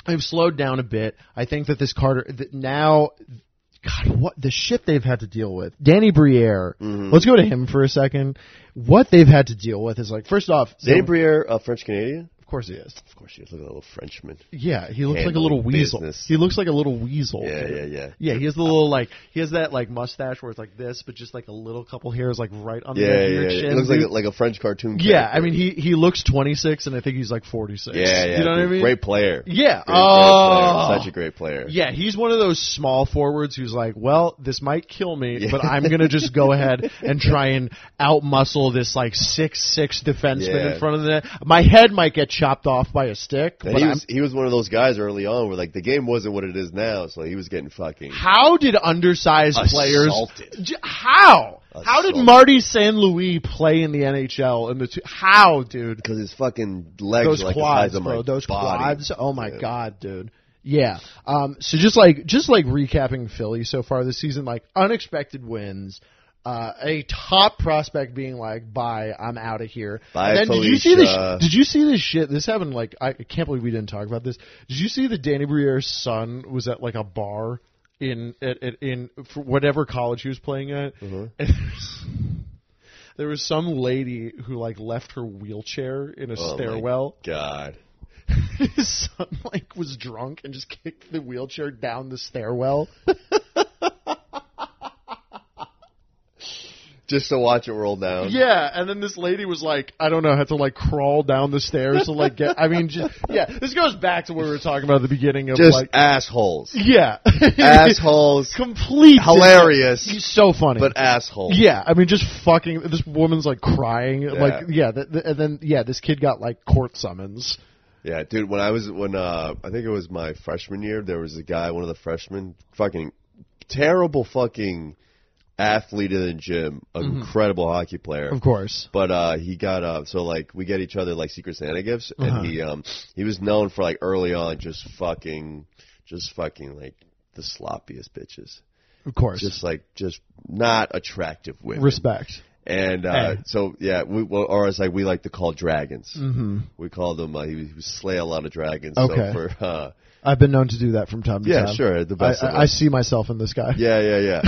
Speaker 1: I've slowed down a bit. I think that this Carter that now God, what the shit they've had to deal with. Danny Briere.
Speaker 2: Mm-hmm.
Speaker 1: Let's go to him for a second. What they've had to deal with is like first off,
Speaker 2: Danny
Speaker 1: so-
Speaker 2: Briere, uh, French Canadian.
Speaker 1: of course he is.
Speaker 2: Of course, she is. Look at that little Frenchman.
Speaker 1: Yeah, he looks like a
Speaker 2: Handling
Speaker 1: little weasel.
Speaker 2: business.
Speaker 1: He looks like a little weasel.
Speaker 2: Yeah,
Speaker 1: dude.
Speaker 2: yeah, yeah.
Speaker 1: Yeah, he has the little like he has that like mustache where it's like this, but just like a little couple hairs like right on
Speaker 2: Yeah,
Speaker 1: the
Speaker 2: yeah,
Speaker 1: edge of your
Speaker 2: yeah.
Speaker 1: chin.
Speaker 2: It looks like
Speaker 1: dude.
Speaker 2: a, like a French cartoon.
Speaker 1: Yeah,
Speaker 2: character.
Speaker 1: I mean he he looks 26 and I think he's like 46.
Speaker 2: Yeah, yeah.
Speaker 1: You know what I
Speaker 2: dude.
Speaker 1: mean?
Speaker 2: Great player.
Speaker 1: Yeah.
Speaker 2: Great, great
Speaker 1: Oh.
Speaker 2: player. Such a great player.
Speaker 1: Yeah, he's one of those small forwards who's like, well, this might kill me,
Speaker 2: Yeah.
Speaker 1: but I'm gonna just go ahead and try and outmuscle this like six six defenseman
Speaker 2: Yeah.
Speaker 1: in front of the net. My head might get chopped off by a stick,
Speaker 2: And
Speaker 1: but
Speaker 2: he
Speaker 1: I'm-
Speaker 2: was he was one of those guys early on where like the game wasn't what it is now, so he was getting fucking.
Speaker 1: how did undersized
Speaker 2: Assaulted.
Speaker 1: players? J- How? How did
Speaker 2: Assaulted.
Speaker 1: Marty San Luis play in the NHL in the two? How, dude?
Speaker 2: Because his fucking legs
Speaker 1: those
Speaker 2: are like
Speaker 1: quads,
Speaker 2: the size of my
Speaker 1: bro. Those
Speaker 2: body.
Speaker 1: quads. Oh my god, dude. Yeah. Um. So just like just like recapping Philly so far this season, like unexpected wins. Uh, a top prospect being like, "Bye, I'm out of here."
Speaker 2: Bye,
Speaker 1: And then did you see
Speaker 2: Felicia.
Speaker 1: this? Did you see this shit? This happened. Like, I can't believe we didn't talk about this. Did you see that Danny Briere's son was at like a bar
Speaker 2: Mm-hmm.
Speaker 1: in at, at, in for whatever college he was playing at? And There was some lady who like left her wheelchair in a
Speaker 2: Oh my
Speaker 1: stairwell.
Speaker 2: God.
Speaker 1: His son like was drunk and just kicked the wheelchair down the stairwell.
Speaker 2: Just to watch it roll down.
Speaker 1: Yeah, and then this lady was like, I don't know, had to like crawl down the stairs to like get. I mean, just, yeah, this goes back to what we were talking about at the beginning of
Speaker 2: Just
Speaker 1: like,
Speaker 2: assholes.
Speaker 1: yeah,
Speaker 2: assholes.
Speaker 1: complete
Speaker 2: Hilarious.
Speaker 1: He's so funny,
Speaker 2: But assholes.
Speaker 1: yeah, I mean, just fucking. This woman's like crying, like yeah, th- th- and then yeah, this kid got like court summons.
Speaker 2: Yeah, dude. When I was when uh I think it was my freshman year, there was a guy, one of the freshmen, fucking terrible fucking athlete in the gym, an incredible hockey player.
Speaker 1: Mm-hmm. Of course,
Speaker 2: But uh, he got uh, so like we get each other like Secret Santa gifts,
Speaker 1: Uh-huh.
Speaker 2: and he um he was known for like early on just fucking, just fucking like the sloppiest bitches,
Speaker 1: of course,
Speaker 2: just like just not attractive women.
Speaker 1: respect.
Speaker 2: And uh,
Speaker 1: Hey.
Speaker 2: so yeah, we well, or as like we like to call dragons. Mm-hmm. We called them. Uh, he, would- he would slay a lot of dragons.
Speaker 1: Okay.
Speaker 2: So for uh,
Speaker 1: I've been known to do that from time to
Speaker 2: yeah,
Speaker 1: time.
Speaker 2: sure, the
Speaker 1: I,
Speaker 2: best. of
Speaker 1: I, I
Speaker 2: us.
Speaker 1: see myself in this guy.
Speaker 2: Yeah, yeah, yeah.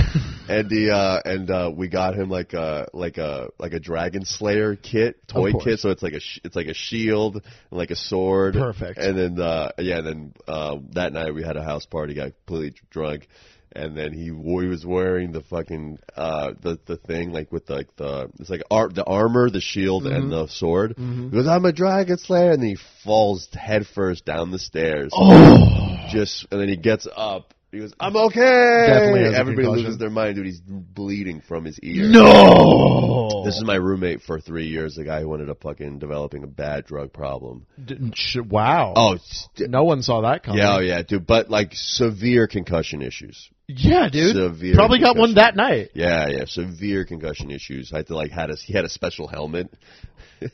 Speaker 2: and the uh and uh we got him like a like a like a dragon slayer kit, toy
Speaker 1: course.
Speaker 2: kit, so it's like a sh- it's like a shield and like a sword.
Speaker 1: Perfect.
Speaker 2: And then uh yeah, and then uh that night we had a house party, got completely drunk. And then he wo- he was wearing the fucking uh the the thing like with like the it's like ar- the armor, the shield,
Speaker 1: Mm-hmm.
Speaker 2: and the sword. He goes, "I'm a dragon slayer," and he falls headfirst down the stairs
Speaker 1: Oh.
Speaker 2: just and then he gets up. He goes, "I'm okay."
Speaker 1: Definitely has a
Speaker 2: Everybody
Speaker 1: concussion.
Speaker 2: loses their mind, dude. He's bleeding from his ear.
Speaker 1: No.
Speaker 2: This is my roommate for three years. The guy who ended up fucking developing a bad drug problem.
Speaker 1: Didn't sh- wow.
Speaker 2: Oh, it's-
Speaker 1: no one saw that coming.
Speaker 2: yeah, oh, yeah, dude. But like severe concussion issues.
Speaker 1: Yeah, dude.
Speaker 2: Severe
Speaker 1: Probably got one that
Speaker 2: concussion.
Speaker 1: night.
Speaker 2: Yeah, yeah, severe concussion issues. I had to like had a he had a special helmet.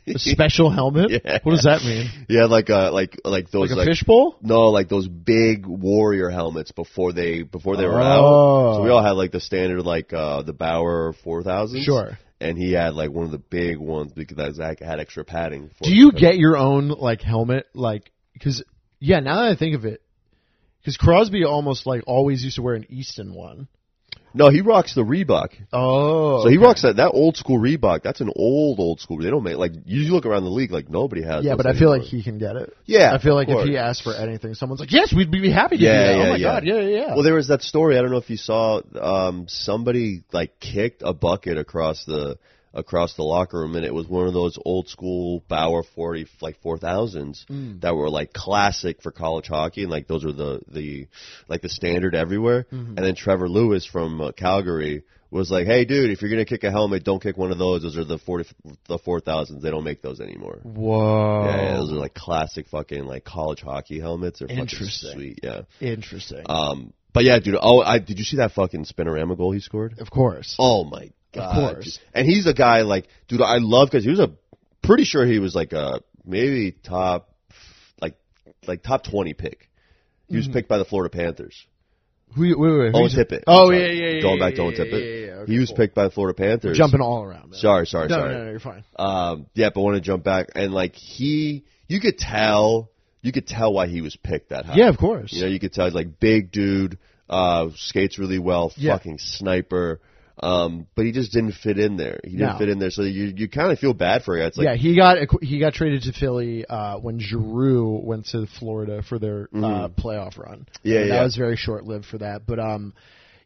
Speaker 1: A special helmet.
Speaker 2: Yeah.
Speaker 1: What does that mean?
Speaker 2: He had like a like like those
Speaker 1: Like a
Speaker 2: like
Speaker 1: fishbowl?
Speaker 2: No, like those big warrior helmets before they before they were
Speaker 1: Oh.
Speaker 2: out. So we all had like the standard like uh the Bauer four thousand.
Speaker 1: Sure.
Speaker 2: And he had like one of the big ones because that Zach had extra padding. For
Speaker 1: Do you get your own like helmet? Like, because yeah, now that I think of it, because Crosby almost like always used to wear an Easton one.
Speaker 2: No, he rocks the Reebok.
Speaker 1: Oh,
Speaker 2: So he rocks that that old school Reebok. That's an old old school. They don't make like you look around the league like nobody has.
Speaker 1: yeah,
Speaker 2: those
Speaker 1: but I feel like
Speaker 2: anymore.
Speaker 1: he can get it.
Speaker 2: Yeah,
Speaker 1: I feel like
Speaker 2: of
Speaker 1: if he
Speaker 2: course.
Speaker 1: asked for anything, someone's like, "Yes, we'd be happy to
Speaker 2: Yeah,
Speaker 1: do that." oh
Speaker 2: yeah,
Speaker 1: my
Speaker 2: yeah.
Speaker 1: god, yeah, yeah, yeah.
Speaker 2: Well, there was that story. I don't know if you saw. Um, somebody like kicked a bucket across the across the locker room, and it was one of those old school Bauer forty like four thousands
Speaker 1: Hmm.
Speaker 2: that were like classic for college hockey, and like those are the the like the standard everywhere.
Speaker 1: Mm-hmm.
Speaker 2: And then Trevor Lewis from uh, Calgary was like, "Hey, dude, if you're gonna kick a helmet, don't kick one of those. Those are the forty the four thousands. They don't make those anymore."
Speaker 1: Whoa,
Speaker 2: Yeah, yeah, those are like classic fucking like college hockey helmets. They're fucking
Speaker 1: Interesting.
Speaker 2: sweet. Yeah.
Speaker 1: interesting.
Speaker 2: Um, but yeah, dude. Oh, I did you see that fucking spinorama goal he scored?
Speaker 1: of course.
Speaker 2: Oh my god!
Speaker 1: course.
Speaker 2: dude. And he's a guy like, dude. I love because he was a pretty sure he was like a maybe top like like top twenty pick. He
Speaker 1: Mm-hmm.
Speaker 2: was picked by the Florida Panthers.
Speaker 1: Who, wait, wait, wait,
Speaker 2: Owen
Speaker 1: who's-
Speaker 2: Tippett.
Speaker 1: Oh
Speaker 2: I'm
Speaker 1: yeah,
Speaker 2: sorry.
Speaker 1: yeah, yeah.
Speaker 2: Going
Speaker 1: yeah,
Speaker 2: back to Owen
Speaker 1: yeah, yeah,
Speaker 2: Tippett.
Speaker 1: yeah, yeah, yeah.
Speaker 2: he was
Speaker 1: cool.
Speaker 2: picked by the Florida Panthers.
Speaker 1: jumping all around. Man.
Speaker 2: Sorry, sorry,
Speaker 1: no,
Speaker 2: sorry.
Speaker 1: no, no, you're fine.
Speaker 2: Um, yeah, but want to jump back and like he, you could tell, you could tell why he was picked that high.
Speaker 1: Yeah, of course.
Speaker 2: You know, you could tell he's like big dude, uh, skates really well,
Speaker 1: Yeah.
Speaker 2: fucking sniper. Um, but he just didn't fit in there. He didn't
Speaker 1: No.
Speaker 2: fit in there. So you you kind of feel bad for a guy. It's like
Speaker 1: yeah, he got acqu- he got traded to Philly uh, when Giroux went to Florida for their uh, playoff run.
Speaker 2: Yeah,
Speaker 1: And that
Speaker 2: yeah.
Speaker 1: was very short lived for that. But um,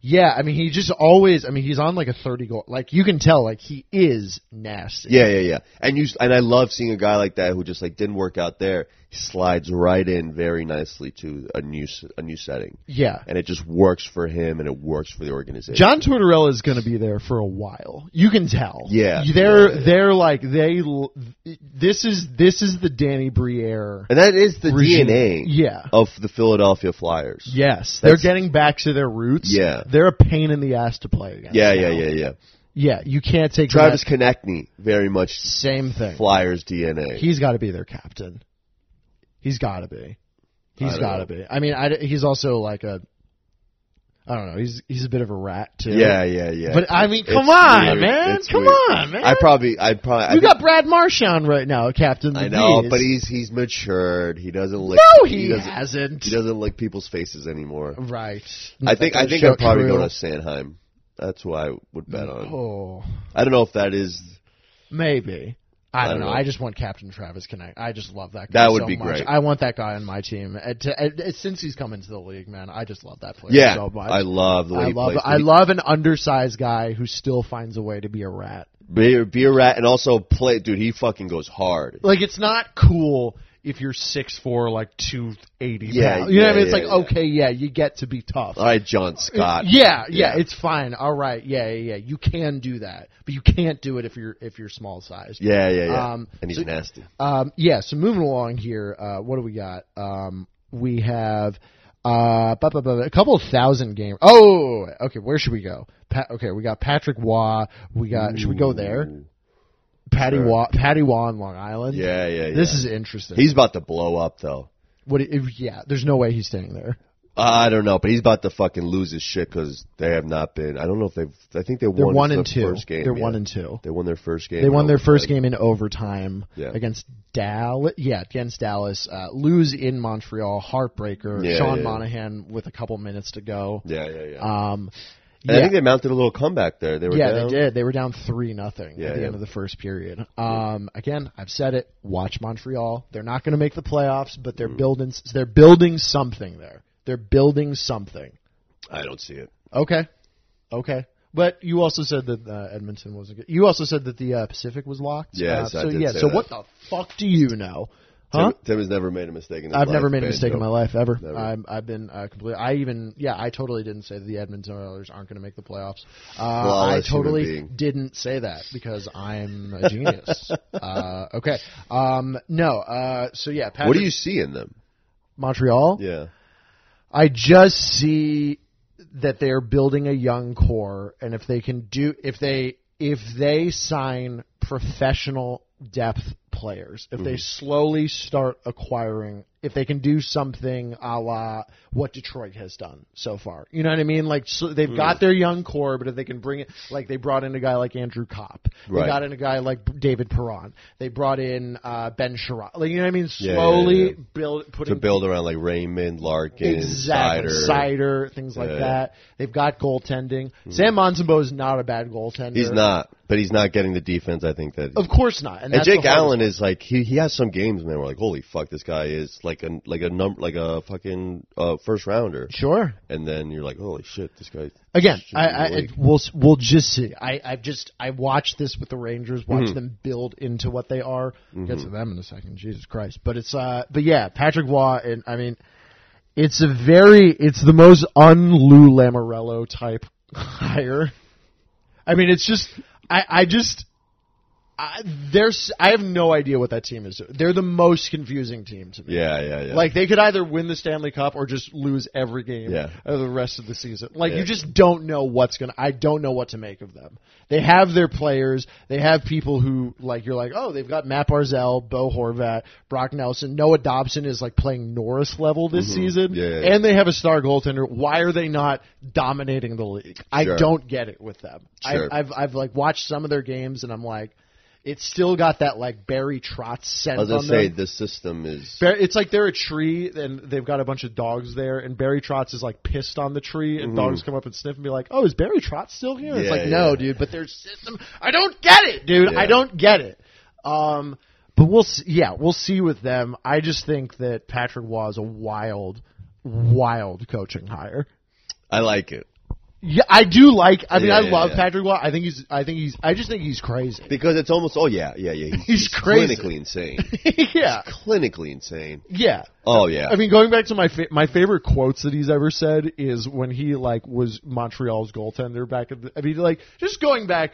Speaker 1: yeah, I mean, he just always, I mean, he's on like a thirty goal. Like you can tell, like he is nasty.
Speaker 2: yeah, yeah, yeah. And you and I love seeing a guy like that who just like didn't work out there. He slides right in very nicely to a new s- a new setting,
Speaker 1: yeah.
Speaker 2: and it just works for him and it works for the organization.
Speaker 1: John Tortorella is going to be there for a while. You can tell.
Speaker 2: Yeah.
Speaker 1: they're
Speaker 2: Yeah, yeah.
Speaker 1: they're like they. l- This is this is the Danny Briere.
Speaker 2: and that is the
Speaker 1: Regime.
Speaker 2: DNA
Speaker 1: Yeah.
Speaker 2: of the Philadelphia Flyers.
Speaker 1: Yes,
Speaker 2: That's-
Speaker 1: they're getting back to their roots.
Speaker 2: Yeah.
Speaker 1: they're a pain in the ass to play against.
Speaker 2: Yeah,
Speaker 1: now.
Speaker 2: yeah, yeah, yeah.
Speaker 1: Yeah, you can't take
Speaker 2: Travis
Speaker 1: that-
Speaker 2: Konechny, very much
Speaker 1: Same thing.
Speaker 2: Flyers DNA.
Speaker 1: He's got to be their captain. He's got to be.
Speaker 2: I
Speaker 1: He's
Speaker 2: don't
Speaker 1: got to be. I mean, I, he's also like a. I don't know. He's he's a bit of a rat too.
Speaker 2: yeah, yeah, yeah.
Speaker 1: But I mean,
Speaker 2: It's
Speaker 1: come on,
Speaker 2: weird.
Speaker 1: man!
Speaker 2: It's
Speaker 1: come
Speaker 2: weird.
Speaker 1: on, man!
Speaker 2: I probably, I probably, I
Speaker 1: you
Speaker 2: think-
Speaker 1: got Brad Marchand right now, captain. of
Speaker 2: I
Speaker 1: the
Speaker 2: know,
Speaker 1: Bees.
Speaker 2: but he's he's matured. He doesn't lick.
Speaker 1: no, he,
Speaker 2: doesn't.
Speaker 1: hasn't.
Speaker 2: He doesn't lick people's faces anymore.
Speaker 1: right.
Speaker 2: I think, I think
Speaker 1: Show
Speaker 2: I'd probably
Speaker 1: Crew.
Speaker 2: go to Sanheim. That's who I would bet on.
Speaker 1: Oh,
Speaker 2: I don't know if that is
Speaker 1: Maybe. I don't know. I just want Captain Travis Connect. I just love that guy.
Speaker 2: That would
Speaker 1: so
Speaker 2: be
Speaker 1: much.
Speaker 2: great.
Speaker 1: I want that guy on my team. And to, and- and since he's come into the league, man, I just love that player
Speaker 2: Yeah,
Speaker 1: so much.
Speaker 2: I love the way
Speaker 1: I
Speaker 2: he
Speaker 1: love
Speaker 2: plays.
Speaker 1: I love an undersized guy who still finds a way to be a rat.
Speaker 2: be, be a rat and also play. Dude, he fucking goes hard.
Speaker 3: Like it's not cool if you're six four, like two eighty.
Speaker 2: Yeah,
Speaker 1: You know what I mean? It's
Speaker 2: yeah,
Speaker 1: like
Speaker 2: yeah.
Speaker 1: okay, yeah, you get to be tough.
Speaker 2: All right, John Scott.
Speaker 1: yeah, yeah,
Speaker 2: Uh, Yeah.
Speaker 1: it's fine. All right, yeah, yeah, yeah. You can do that, but you can't do it if you're if you're small sized.
Speaker 2: Yeah, yeah, yeah.
Speaker 1: Um,
Speaker 2: and he's
Speaker 1: so-
Speaker 2: nasty.
Speaker 1: Um, yeah, so moving along here, uh, what do we got? Um, we have uh, bu- bu- bu- a couple of thousand game. Oh, okay, where should we go? Pa- okay, we got Patrick Waugh. We got should we go there? Patty
Speaker 2: Sure.
Speaker 1: Waugh, Patty Waugh on Long Island.
Speaker 2: Yeah, yeah, yeah.
Speaker 1: This is interesting.
Speaker 2: he's about to blow up though.
Speaker 1: what? If, yeah, there's no way he's staying there.
Speaker 2: I don't know, but he's about to fucking lose his shit because they have not been. I don't know if they've. I think they
Speaker 1: They're
Speaker 2: won
Speaker 1: one
Speaker 2: the
Speaker 1: and two.
Speaker 2: First game,
Speaker 1: They're
Speaker 2: yeah.
Speaker 1: one and two.
Speaker 2: They won their first game.
Speaker 1: They won their first
Speaker 2: game.
Speaker 1: game in overtime
Speaker 2: Yeah.
Speaker 1: against Dallas. Yeah, against Dallas. Uh, lose in Montreal. Heartbreaker.
Speaker 2: Yeah,
Speaker 1: Sean
Speaker 2: yeah.
Speaker 1: Monahan with a couple minutes to go.
Speaker 2: Yeah, yeah, yeah.
Speaker 1: Um,
Speaker 2: and I
Speaker 1: yeah,
Speaker 2: think they mounted a little comeback there. They were
Speaker 1: yeah,
Speaker 2: down.
Speaker 1: they did. They were down three nothing
Speaker 2: Yeah,
Speaker 1: at the
Speaker 2: yeah.
Speaker 1: end of the first period. Um, again, I've said it. Watch Montreal. They're not going to make the playoffs, but
Speaker 2: Mm.
Speaker 1: they're building. They're building something there. They're building something.
Speaker 2: I don't see it.
Speaker 1: Okay, okay. But you also said that uh, Edmonton wasn't good. You also said that the uh, Pacific was locked.
Speaker 2: Yes,
Speaker 1: Uh,
Speaker 2: I
Speaker 1: so
Speaker 2: did
Speaker 1: yeah.
Speaker 2: say
Speaker 1: so
Speaker 2: that.
Speaker 1: what the fuck do you know? Huh?
Speaker 2: Tim, Tim has never made a mistake in his
Speaker 1: I've
Speaker 2: life,
Speaker 1: never made a
Speaker 2: man,
Speaker 1: mistake
Speaker 2: so-
Speaker 1: in my life ever.
Speaker 2: Never.
Speaker 1: I'm, I've been uh, completely. I even yeah, I totally didn't say that the Edmonton Oilers aren't going to make the playoffs. Uh, I
Speaker 2: Flawless human
Speaker 1: totally
Speaker 2: being.
Speaker 1: didn't say that because I'm a genius. uh, okay, um, no. Uh, so yeah, Patrick,
Speaker 2: What do you see in them?
Speaker 1: Montreal?
Speaker 2: Yeah.
Speaker 1: I just see that they're building a young core, and if they can do, if they if they sign professional depth players, if they
Speaker 2: Mm-hmm.
Speaker 1: slowly start acquiring, if they can do something a la what Detroit has done so far, you know what I mean? Like so they've
Speaker 2: Mm-hmm.
Speaker 1: got their young core, but if they can bring it, like they brought in a guy like Andrew Kopp, they
Speaker 2: Right.
Speaker 1: got in a guy like David Perron, they brought in uh, Ben Sherrod, like you know what I mean?
Speaker 2: Yeah, yeah,
Speaker 1: Slowly
Speaker 2: yeah.
Speaker 1: build
Speaker 2: To
Speaker 1: putting
Speaker 2: build around like Raymond, Larkin,
Speaker 1: Exactly.
Speaker 2: Seider.
Speaker 1: Cider, things like
Speaker 2: Yeah. Hmm.
Speaker 1: that. They've got goaltending. Sam Montembeau is not a bad goaltender.
Speaker 2: He's not, but he's not getting the defense. I think that.
Speaker 1: Of course not. And,
Speaker 2: and
Speaker 1: Oh, that's the
Speaker 2: Jake
Speaker 1: hardest-
Speaker 2: Allen is like he he has some games, man. We're like, holy fuck, this guy is like a like a num like a fucking uh, first rounder.
Speaker 1: Sure.
Speaker 2: And then you're like, holy shit, this guy.
Speaker 1: Again,
Speaker 2: should be
Speaker 1: I,
Speaker 2: in the
Speaker 1: I
Speaker 2: league.
Speaker 1: it- we'll s- we'll just see. I I've just I watched this with the Rangers, watched them build into what they are. Get to them in a second, Jesus Christ! But it's uh, but yeah, Patrick Waugh, and I mean, it's a very it's the most un Lou Lamorello type hire. I mean, it's just I I just I, there's I have no idea what that team is. They're the most confusing team to me.
Speaker 2: yeah, yeah, yeah.
Speaker 1: Like they could either win the Stanley Cup or just lose every game
Speaker 2: Yeah.
Speaker 1: of the rest of the season. Like
Speaker 2: Yeah.
Speaker 1: you just don't know what's gonna. I don't know what to make of them. They have their players. They have people who like you're like oh they've got Matt Barzell, Bo Horvat, Brock Nelson, Noah Dobson is like playing Norris level this season,
Speaker 2: Mm-hmm. Yeah, yeah, yeah.
Speaker 1: and they have a star goaltender. Why are they not dominating the league? I
Speaker 2: Sure.
Speaker 1: don't get it with them.
Speaker 2: Sure.
Speaker 1: I, I've I've like watched some of their games and I'm like. It's still got that like Barry Trotz sense.
Speaker 2: I was gonna
Speaker 1: on
Speaker 2: say
Speaker 1: them.
Speaker 2: the system is.
Speaker 1: Bar- It's like they're a tree, and they've got a bunch of dogs there, and Barry Trotz is like pissed on the tree, and dogs come up and sniff and be like, "Oh, is Barry Trotz still here?" it's
Speaker 2: Mm-hmm. Yeah,
Speaker 1: like, no,
Speaker 2: yeah.
Speaker 1: dude, but their system, I don't get it, dude.
Speaker 2: Yeah.
Speaker 1: I don't get it. Um, but we'll see. Yeah, we'll see with them. I just think that Patrick Waugh is a wild, wild coaching hire.
Speaker 2: I like it
Speaker 1: Yeah, I do like. I mean,
Speaker 2: Yeah,
Speaker 1: I
Speaker 2: yeah,
Speaker 1: love
Speaker 2: yeah.
Speaker 1: Patrick Waugh. I think he's. I think he's. I just think he's crazy.
Speaker 2: because it's almost. Oh yeah, yeah, yeah. He's,
Speaker 1: crazy.
Speaker 2: Clinically insane.
Speaker 1: yeah,
Speaker 2: clinically insane.
Speaker 1: yeah.
Speaker 2: Oh yeah.
Speaker 3: I mean, going back to my fa- my favorite quotes that he's ever said is when he like was Montreal's goaltender back at the. I mean, like just going back,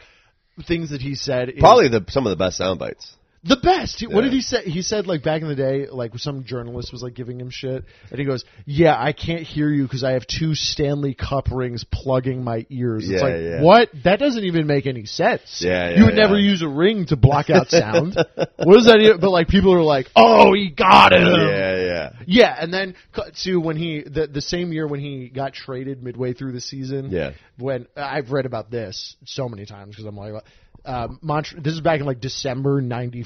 Speaker 3: things that he said. Is,
Speaker 2: probably the some of the best sound bites.
Speaker 3: The best. He- What
Speaker 2: Yeah.
Speaker 3: did he say? He said like back in the day, like some journalist was like giving him shit, and he goes, "Yeah, I can't hear you because I have two Stanley Cup rings plugging my ears."
Speaker 2: Yeah,
Speaker 3: it's like
Speaker 2: yeah.
Speaker 3: what? That doesn't even make any sense.
Speaker 2: Yeah, yeah,
Speaker 3: you would
Speaker 2: yeah.
Speaker 3: never use a ring to block out sound. what is that? Even? But like people are like, "Oh, he got him."
Speaker 2: Yeah, yeah.
Speaker 3: Yeah, and then cut to when he the the same year when he got traded midway through the season.
Speaker 2: Yeah.
Speaker 3: when I've read about this so many times because I'm like, uh, Mont- this is back in like December '95.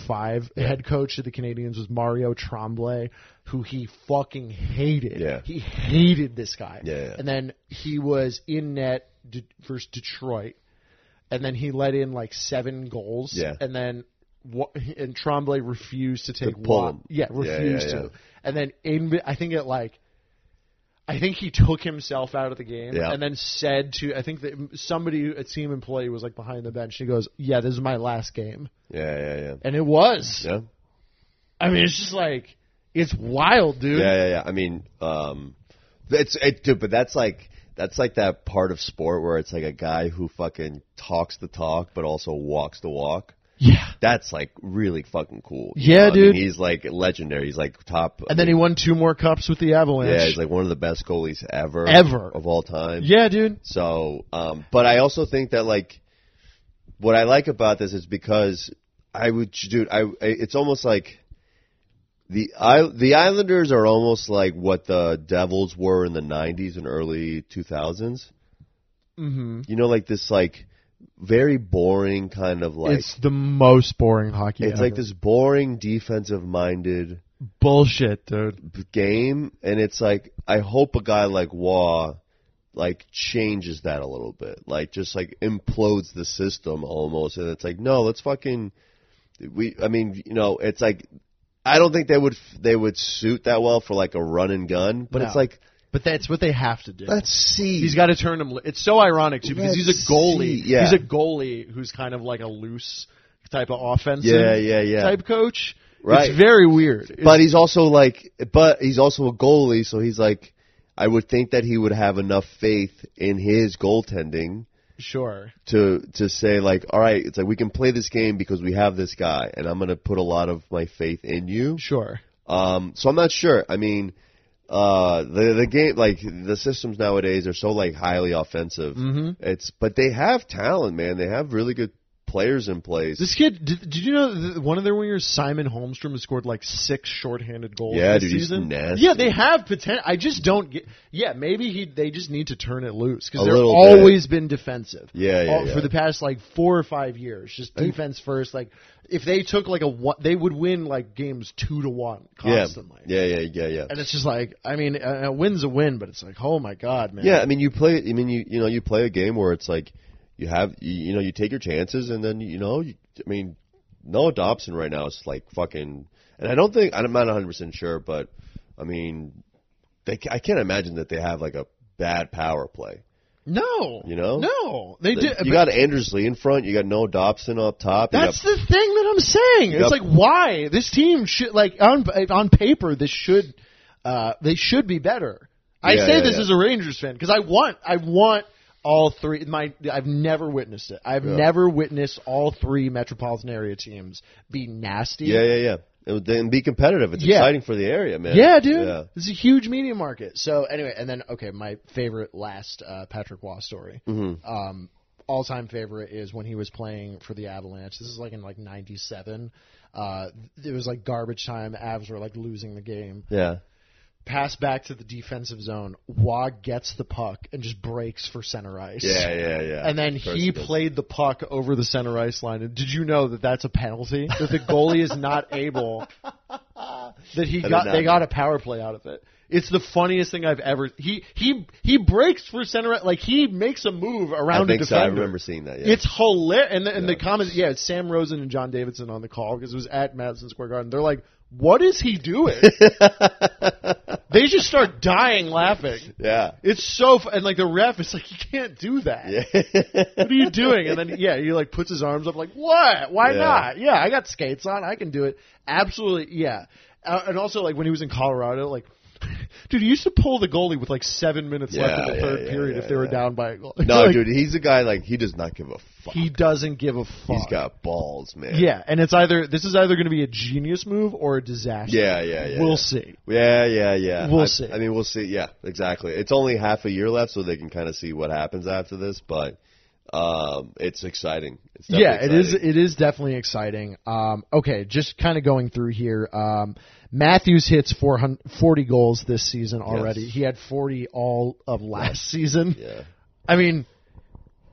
Speaker 3: The head coach of the Canadians was Mario Tremblay, who he fucking hated.
Speaker 2: Yeah.
Speaker 3: he hated this guy.
Speaker 2: Yeah, yeah.
Speaker 3: and then he was in net de- versus Detroit
Speaker 1: and then he let in like seven goals.
Speaker 2: Yeah.
Speaker 1: and then wa- and Tremblay refused to take
Speaker 2: pull
Speaker 1: one.
Speaker 2: him.
Speaker 1: Yeah,
Speaker 2: Yeah, yeah,
Speaker 1: refused
Speaker 2: yeah.
Speaker 1: to. And then in I think it like I think he took himself out of the game
Speaker 2: Yeah.
Speaker 1: and then said to I think that somebody a team employee was like behind the bench. He goes, "Yeah, this is my last game,"
Speaker 2: Yeah, yeah, yeah.
Speaker 1: and it was.
Speaker 2: Yeah.
Speaker 1: I mean, it's just like it's wild, dude.
Speaker 2: Yeah, yeah, yeah. I mean, um, it's it, dude, but that's like that's like that part of sport where it's like a guy who fucking talks the talk but also walks the walk.
Speaker 1: Yeah.
Speaker 2: That's like really fucking cool. you
Speaker 1: Yeah,
Speaker 2: know? I mean,
Speaker 1: dude.
Speaker 2: he's like legendary. He's like top.
Speaker 1: And then he won two more cups with the Avalanche.
Speaker 2: yeah, he's like one of the best goalies ever,
Speaker 1: Ever.
Speaker 2: of all time.
Speaker 1: Yeah, dude.
Speaker 2: So, um, but I also think that like what I like about this is because I would, dude, I I- it's almost like the I, the Islanders are almost like what the Devils were in the '90s and early 2000s.
Speaker 1: Mm-hmm.
Speaker 2: You know, like this like very boring kind of like
Speaker 1: it's the most boring hockey.
Speaker 2: it's like
Speaker 1: ever.
Speaker 2: this boring defensive minded
Speaker 4: Bullshit, dude.
Speaker 2: game, and it's like I hope a guy like Waugh like changes that a little bit, like just like implodes the system almost, and it's like no, let's fucking we. I mean, you know, it's like I don't think they would they would suit that well for like a run and gun, but
Speaker 1: No.
Speaker 2: it's like
Speaker 1: But that's what they have to do.
Speaker 2: let's see.
Speaker 1: He's got to turn him. li- It's so ironic too because he's
Speaker 2: Let's
Speaker 1: a goalie.
Speaker 2: see, yeah.
Speaker 4: He's
Speaker 1: He's a goalie who's kind of like a loose type of offensive
Speaker 2: yeah, yeah, yeah.
Speaker 1: type coach.
Speaker 2: Right.
Speaker 1: It's very weird. It's-
Speaker 2: but he's also like, but he's also a goalie, so he's like, I would think that he would have enough faith in his goaltending.
Speaker 1: sure.
Speaker 2: to to say like, all right, it's like we can play this game because we have this guy, and I'm gonna put a lot of my faith in you.
Speaker 1: Sure.
Speaker 2: Um, so I'm not sure. I mean, uh, the the game like the systems nowadays are so like highly offensive.
Speaker 1: Mhm.
Speaker 2: It's but they have talent, man. They have really good players in place.
Speaker 1: This kid, did, did you know that one of their wingers, Simon Holmstrom, has scored like six shorthanded goals
Speaker 2: Yeah,
Speaker 1: this
Speaker 2: dude, he's
Speaker 1: season?
Speaker 2: nasty.
Speaker 1: Yeah, they have potential. I just don't get. Yeah, maybe he. They just need to turn it loose
Speaker 2: A
Speaker 1: because they've
Speaker 2: little
Speaker 1: always been defensive.
Speaker 2: Yeah, yeah,
Speaker 1: All-
Speaker 2: yeah.
Speaker 1: For the past like four or five years, just defense first. Like if they took like a one, they would win like games two to one
Speaker 2: yeah,
Speaker 1: constantly.
Speaker 2: yeah, yeah, yeah, yeah.
Speaker 1: And it's just like, I mean, a, a win's a win, but it's like, oh my god, man.
Speaker 2: Yeah, I mean, you play. I mean, you you know, you play a game where it's like you have you, you know you take your chances, and then you know, you, I mean, Noah Dobson right now is like fucking. And I don't think I'm not 100 percent sure, but I mean, they ca- I can't imagine that they have like a bad power play.
Speaker 1: No.
Speaker 2: You know?
Speaker 1: No, they do.
Speaker 2: you
Speaker 1: but-
Speaker 2: got Anders Lee in front. You got Noah Dobson up top. you
Speaker 1: That's
Speaker 2: got-
Speaker 1: the thing that I'm saying.
Speaker 2: Yep.
Speaker 1: It's like why this team should like on on paper this should uh they should be better. I
Speaker 2: Yeah,
Speaker 1: say
Speaker 2: yeah,
Speaker 1: this
Speaker 2: yeah.
Speaker 1: as a Rangers fan because I want I want all three my I've never witnessed it. I've never witnessed all three metropolitan area teams be nasty.
Speaker 2: yeah, yeah, yeah. And then be competitive. It's
Speaker 1: Yeah.
Speaker 2: exciting for the area, man.
Speaker 1: Yeah, dude.
Speaker 2: Yeah.
Speaker 1: This is a huge media market. So anyway, and then okay, my favorite last uh, Patrick Waugh story.
Speaker 2: Mm-hmm.
Speaker 1: Um, all time favorite is when he was playing for the Avalanche. This is like in like '97. Uh, it was like garbage time. Avs were like losing the game.
Speaker 2: Yeah.
Speaker 1: Pass back to the defensive zone. Waugh gets the puck and just breaks for center ice.
Speaker 2: Yeah, yeah, yeah.
Speaker 1: And then
Speaker 2: Of course
Speaker 1: he
Speaker 2: does.
Speaker 1: played the puck over the center ice line. And did you know that that's a penalty? That the goalie is not able. That he
Speaker 2: did
Speaker 1: got
Speaker 2: not
Speaker 1: they
Speaker 2: know.
Speaker 1: got a power play out of it. It's the funniest thing I've ever. He he he breaks for center i- like he makes a move
Speaker 2: I
Speaker 1: around a
Speaker 2: think so.
Speaker 1: defender.
Speaker 2: I remember seeing that. Yeah.
Speaker 1: It's hilarious. And the, and the comments, yeah, it's Sam Rosen and John Davidson on the call because it was at Madison Square Garden. They're like, "What is he doing?" they just start dying laughing.
Speaker 2: yeah.
Speaker 1: It's so fu- and like the ref is like, "You can't do that."
Speaker 2: Yeah.
Speaker 1: what are you doing? And then yeah, he like puts his arms up like, what? Why
Speaker 2: Yeah.
Speaker 1: not? Yeah, I got skates on, I can do it. Absolutely, yeah. Uh, and also like when he was in Colorado, like. Dude, he used to pull the goalie with like seven minutes left
Speaker 2: Yeah,
Speaker 1: in the
Speaker 2: yeah,
Speaker 1: third
Speaker 2: yeah,
Speaker 1: period
Speaker 2: yeah,
Speaker 1: if they were
Speaker 2: yeah.
Speaker 1: down by a goal.
Speaker 2: No,
Speaker 1: Like,
Speaker 2: dude, he's a guy like he does not give a fuck.
Speaker 1: he doesn't give a fuck.
Speaker 2: He's got balls, man.
Speaker 1: yeah, and it's either this is either going to be a genius move or a disaster.
Speaker 2: Yeah, yeah, yeah,
Speaker 1: We'll
Speaker 2: yeah.
Speaker 1: see.
Speaker 2: Yeah, yeah, yeah.
Speaker 1: We'll
Speaker 2: I,
Speaker 1: see.
Speaker 2: I mean, we'll see. Yeah, exactly. It's only half a year left, so they can kind of see what happens after this. But um, it's exciting. It's definitely
Speaker 1: yeah, it is.
Speaker 2: exciting.
Speaker 1: It is definitely exciting. Um, okay, just kind of going through here. Um, Matthews hits 400 40 goals this season already.
Speaker 2: Yes.
Speaker 1: He had forty all of last season.
Speaker 2: Yeah,
Speaker 1: I mean,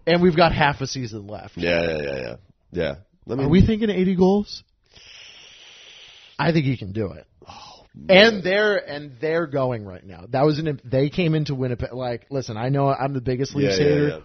Speaker 1: and we've got half a season left.
Speaker 2: yeah, yeah, yeah, yeah. Yeah. Let me.
Speaker 1: Are we thinking eighty goals? I think he can do it.
Speaker 2: Oh,
Speaker 1: And they're and they're going right now. That was an they came into Winnipeg. Like, listen, I know I'm the biggest
Speaker 2: yeah,
Speaker 1: Leafs
Speaker 2: yeah,
Speaker 1: hater.
Speaker 2: yeah.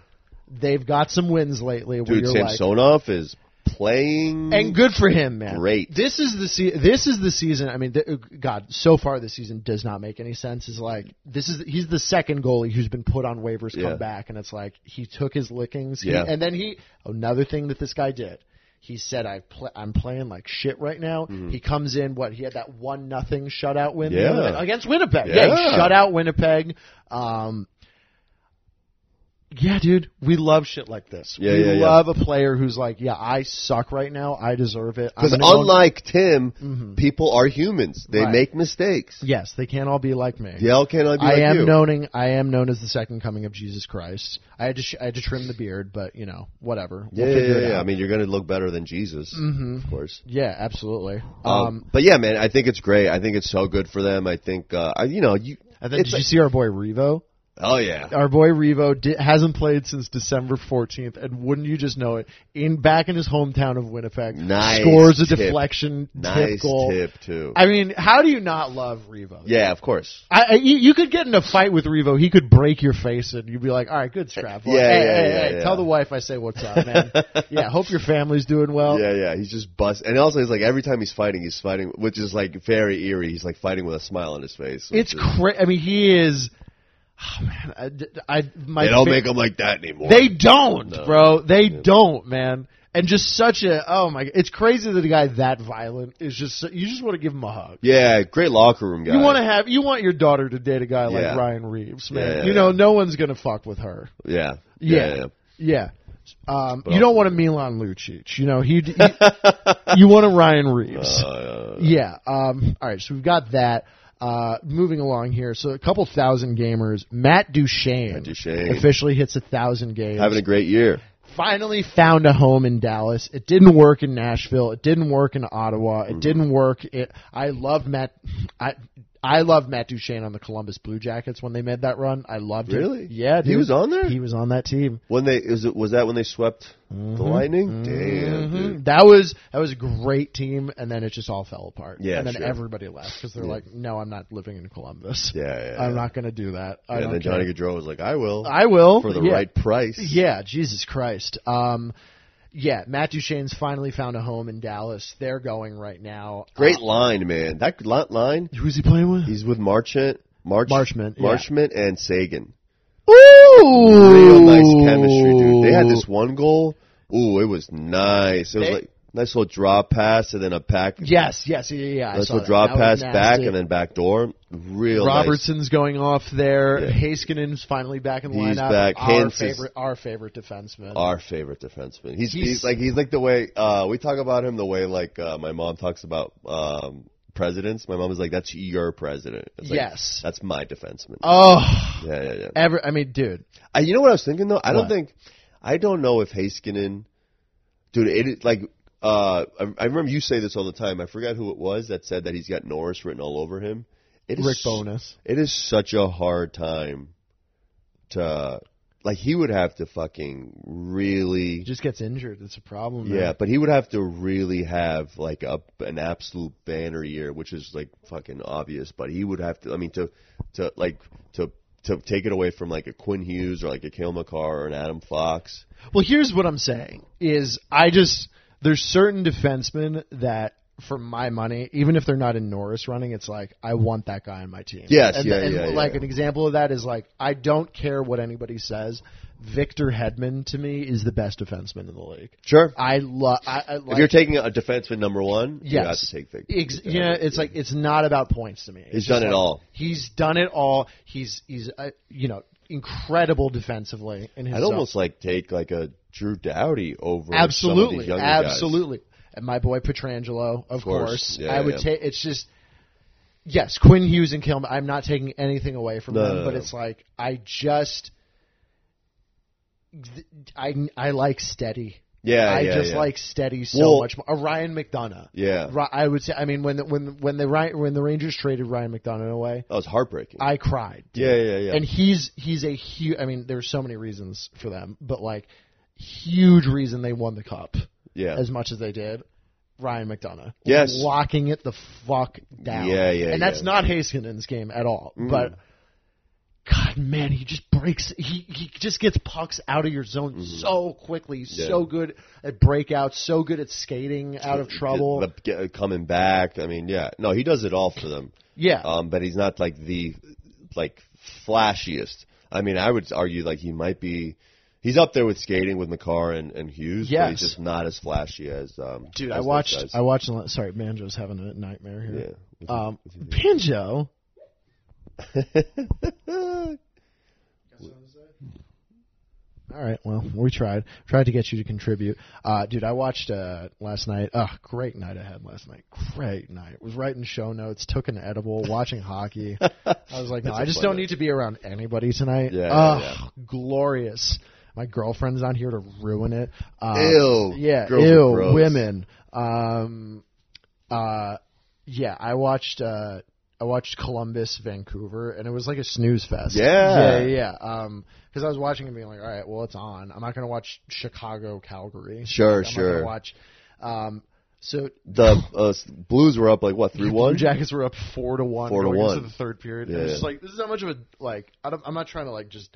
Speaker 1: they've got some wins lately. where
Speaker 2: Dude,
Speaker 1: you're like,
Speaker 2: Samsonov is playing.
Speaker 1: and good for him, man.
Speaker 2: Mm. Great.
Speaker 1: This is the se- this is the season. I mean, the, uh, God, so far this season does not make any sense. Is like this is he's the second goalie who's been put on waivers, come
Speaker 2: Yeah.
Speaker 1: back, and it's like he took his lickings. He-
Speaker 2: Yeah.
Speaker 1: and then he another thing that this guy did. He said, "I pl- I'm playing like shit right now."
Speaker 2: Mm-hmm.
Speaker 1: He comes in. What he had that one nothing shutout win the
Speaker 2: Yeah.
Speaker 1: other night against Winnipeg. Yeah, he
Speaker 2: Yeah.
Speaker 1: shut out Winnipeg. Um, yeah, dude, we love shit like this.
Speaker 2: Yeah,
Speaker 1: we
Speaker 2: yeah, yeah.
Speaker 1: love a player who's like, yeah, I suck right now. I deserve it. I'm
Speaker 2: Because
Speaker 1: gonna go-
Speaker 2: unlike Tim, people are humans. They
Speaker 1: Mm-hmm. Right.
Speaker 2: make mistakes.
Speaker 1: yes, they can't all be like me.
Speaker 2: The L cannot be
Speaker 1: I
Speaker 2: like
Speaker 1: am
Speaker 2: you.
Speaker 1: known. I am known as the second coming of Jesus Christ. I had to. Sh- I had to trim the beard, but you know, whatever.
Speaker 2: yeah,
Speaker 1: We'll
Speaker 2: yeah,
Speaker 1: figure it
Speaker 2: yeah, yeah.
Speaker 1: out.
Speaker 2: I mean, you're going to look better than Jesus, of course.
Speaker 1: yeah, absolutely. Um,
Speaker 2: Um, but yeah, man, I think it's great. I think it's so good for them. I think, uh, I, you know, you.
Speaker 1: and then
Speaker 2: it's
Speaker 1: did you see our boy Revo?
Speaker 2: like- oh yeah,
Speaker 1: Our boy Revo di- hasn't played since December 14th, and wouldn't you just know it? In back in his hometown of Winnipeg,
Speaker 2: Nice
Speaker 1: scores a
Speaker 2: tip.
Speaker 1: deflection tip
Speaker 2: nice
Speaker 1: goal.
Speaker 2: tip too.
Speaker 1: I mean, how do you not love Revo?
Speaker 2: yeah, of course.
Speaker 1: I, I- you, you could get in a fight with Revo. He could break your face, and you'd be like, "All right, good scrap. Like,
Speaker 2: Yeah,
Speaker 1: hey,
Speaker 2: yeah,
Speaker 1: hey,
Speaker 2: yeah,
Speaker 1: hey,
Speaker 2: yeah.
Speaker 1: Tell the wife I say what's up, man. yeah, hope your family's doing well.
Speaker 2: Yeah, yeah. He's just bust, and also he's like every time he's fighting, he's fighting, which is like very eerie. He's like fighting with a smile on his face. which
Speaker 1: It's
Speaker 2: is-
Speaker 1: cra I mean, he is. Oh, man, I, d- I- my
Speaker 2: They don't
Speaker 1: fa-
Speaker 2: make him like that anymore.
Speaker 1: They don't,
Speaker 2: No.
Speaker 1: bro. They don't, man. And just such a oh my! It's crazy that a guy that violent is just you just want to give him a hug.
Speaker 2: Yeah, great locker room guy.
Speaker 1: You want to have you want your daughter to date a guy like
Speaker 2: Yeah.
Speaker 1: Ryan Reeves, man.
Speaker 2: Yeah, yeah,
Speaker 1: you know,
Speaker 2: yeah.
Speaker 1: no one's gonna fuck with her.
Speaker 2: Yeah.
Speaker 1: Yeah.
Speaker 2: yeah.
Speaker 1: Yeah. Um, you
Speaker 2: I'll-
Speaker 1: don't want a Milan Lucic. You know, he, he you want a Ryan Reeves.
Speaker 2: Uh,
Speaker 1: yeah. Um, all right. So we've got that. Uh, moving along here. So a couple thousand gamers. Matt Duchesne,
Speaker 2: Matt Duchesne.
Speaker 1: officially hits a thousand games.
Speaker 2: having a great year.
Speaker 1: Finally found a home in Dallas. It didn't work in Nashville. It didn't work in Ottawa.
Speaker 2: Mm-hmm.
Speaker 1: It didn't work. It, I love Matt. I. I love Matt Duchesne on the Columbus Blue Jackets when they made that run. I loved
Speaker 2: Really?
Speaker 1: it. Yeah,
Speaker 2: He
Speaker 1: dude.
Speaker 2: was on there?
Speaker 1: He was on that team.
Speaker 2: When they is it was that when they swept the
Speaker 1: Mm-hmm.
Speaker 2: Lightning? Damn, dude.
Speaker 1: That was that was a great team, and then it just all fell apart.
Speaker 2: Yeah,
Speaker 1: and then
Speaker 2: sure.
Speaker 1: everybody left because they're like, "No, I'm not living in Columbus.
Speaker 2: Yeah, yeah, yeah.
Speaker 1: I'm not going to do that. I
Speaker 2: And
Speaker 1: don't
Speaker 2: then
Speaker 1: care.
Speaker 2: Johnny Gaudreau was like, "I will,
Speaker 1: I will
Speaker 2: for the
Speaker 1: yeah.
Speaker 2: right price."
Speaker 1: Yeah, Jesus Christ. Um, yeah, Matt Duchesne's finally found a home in Dallas. They're going right now.
Speaker 2: Great
Speaker 1: Uh,
Speaker 2: line, man. That lot line.
Speaker 1: who's he playing with?
Speaker 2: He's with Marchant, March,
Speaker 1: Marchment, yeah.
Speaker 2: Marchment, and Sagan.
Speaker 1: Ooh,
Speaker 2: Real nice chemistry, dude. They had this one goal. Ooh, it was nice. It was
Speaker 1: They-
Speaker 2: like nice little drop pass and then a pack.
Speaker 1: Yes, yes, yeah, yeah. yeah, I
Speaker 2: nice
Speaker 1: saw
Speaker 2: little
Speaker 1: that.
Speaker 2: drop
Speaker 1: That was
Speaker 2: pass back
Speaker 1: nasty.
Speaker 2: and then back door. Real nice.
Speaker 1: Robertson's going off there.
Speaker 2: Yeah.
Speaker 1: Haskinen's finally back in the
Speaker 2: He's
Speaker 1: lineup.
Speaker 2: back.
Speaker 1: Our
Speaker 2: Hintz is-
Speaker 1: favorite, our favorite defenseman.
Speaker 2: our favorite defenseman. He's,
Speaker 1: He's-
Speaker 2: he's like he's like the way uh, we talk about him the way like uh, my mom talks about um, presidents. My mom is like, "That's your president." It's like,
Speaker 1: Yes.
Speaker 2: that's my defenseman.
Speaker 1: oh,
Speaker 2: yeah, yeah, yeah.
Speaker 1: ever. I mean, dude,
Speaker 2: I, you know what I was thinking though? I don't
Speaker 1: What?
Speaker 2: think I don't know if Haskinen, dude. It is like uh, I, I remember you say this all the time. I forgot who it was that said that he's got Norris written all over him. It is
Speaker 1: Rick Bonus.
Speaker 2: It is such a hard time to like. He would have to fucking really
Speaker 1: He just gets injured. It's a problem. man.
Speaker 2: yeah, but he would have to really have like a an absolute banner year, which is like fucking obvious. But he would have to. I mean, to to like to to take it away from like a Quinn Hughes or like a Kale McCarr or an Adam Fox.
Speaker 1: Well, here's what I'm saying: is I just there's certain defensemen that. For my money, even if they're not in Norris running, it's like I want that guy on my team.
Speaker 2: Yes,
Speaker 1: and,
Speaker 2: yeah,
Speaker 1: and
Speaker 2: yeah,
Speaker 1: Like
Speaker 2: yeah.
Speaker 1: an example of that is like I don't care what anybody says. Victor Hedman to me is the best defenseman in the league.
Speaker 2: Sure.
Speaker 1: I love. I, I like,
Speaker 2: if you're taking a defenseman number one, you have
Speaker 1: Yes.
Speaker 2: to take Vic.
Speaker 1: Ex- you know, it's like it's not about points to me. It's
Speaker 2: He's
Speaker 1: just
Speaker 2: done it
Speaker 1: like,
Speaker 2: all.
Speaker 1: He's done it all. He's he's uh, you know incredible defensively in his.
Speaker 2: I'd
Speaker 1: zone.
Speaker 2: almost like take like a Drew Doughty over some of
Speaker 1: absolutely
Speaker 2: these younger guys.
Speaker 1: absolutely. And my boy Petrangelo, of, course.
Speaker 2: course. Yeah,
Speaker 1: I
Speaker 2: yeah,
Speaker 1: would
Speaker 2: yeah.
Speaker 1: take. It's just yes, Quinn Hughes and Kilman. I'm not taking anything away from
Speaker 2: No,
Speaker 1: them,
Speaker 2: no,
Speaker 1: but
Speaker 2: no.
Speaker 1: it's like I just th- I I like steady.
Speaker 2: Yeah,
Speaker 1: I
Speaker 2: yeah,
Speaker 1: just
Speaker 2: yeah.
Speaker 1: like steady so
Speaker 2: Well-
Speaker 1: much more. Uh, Ryan McDonough.
Speaker 2: Yeah,
Speaker 1: Ri- I would say. I mean, when the, when when the Ri- when the Rangers traded Ryan McDonough away,
Speaker 2: that was heartbreaking.
Speaker 1: I cried. dude.
Speaker 2: yeah, yeah, yeah.
Speaker 1: And he's he's a huge. I mean, there's so many reasons for them, but like huge reason they won the cup
Speaker 2: yeah.
Speaker 1: as much as they did. Ryan McDonough,
Speaker 2: Yes.
Speaker 1: locking it the fuck down.
Speaker 2: Yeah, Mm. yeah,
Speaker 1: And that's
Speaker 2: yeah.
Speaker 1: not Haskinen's game at all. But God, man, he just breaks. He he just gets pucks out of your zone so quickly. He's
Speaker 2: Mm-hmm. Yeah.
Speaker 1: so good at breakouts. So good at skating out of trouble.
Speaker 2: The- the- uh, coming back. I mean, yeah. No, he does it all for them.
Speaker 1: yeah,
Speaker 2: Um, but he's not like the like flashiest. I mean, I would argue like he might be. He's up there with skating with McCarr and, and Hughes. but
Speaker 1: Yes.
Speaker 2: he's just not as flashy as um.
Speaker 1: dude,
Speaker 2: as
Speaker 1: I
Speaker 2: those
Speaker 1: watched.
Speaker 2: guys.
Speaker 1: I watched. Sorry, Banjo's having a nightmare here.
Speaker 2: yeah.
Speaker 1: Um, Banjo. All right, well, we tried. Tried to get you to contribute. Uh, dude, I watched uh, last night. Uh, great night I had last night. Great night. Was writing show notes, took an edible, watching hockey. I was like, no,
Speaker 2: That's
Speaker 1: I
Speaker 2: a
Speaker 1: just
Speaker 2: fun
Speaker 1: don't
Speaker 2: night.
Speaker 1: need to be around anybody tonight.
Speaker 2: Yeah, yeah,
Speaker 1: Ugh,
Speaker 2: yeah.
Speaker 1: glorious. My girlfriend's on here to ruin it. Uh,
Speaker 2: Ew.
Speaker 1: Yeah,
Speaker 2: Girls are
Speaker 1: ew,
Speaker 2: gross.
Speaker 1: women. Um, uh, yeah, I watched uh, I watched Columbus, Vancouver, and it was like a snooze fest.
Speaker 2: Yeah.
Speaker 1: yeah, yeah. Um, because I was watching and being like, all right, well, it's on. I'm not gonna watch Chicago, Calgary.
Speaker 2: Sure,
Speaker 1: I'm Not
Speaker 2: sure.
Speaker 1: gonna watch. Um, so
Speaker 2: The uh, Blues were up like what three
Speaker 1: Blue
Speaker 2: one.
Speaker 1: Jackets were up four to one
Speaker 2: Four to
Speaker 1: going
Speaker 2: one.
Speaker 1: into the third period. And it's
Speaker 2: Yeah.
Speaker 1: just like this is how much of a like I don't, I'm not trying to like just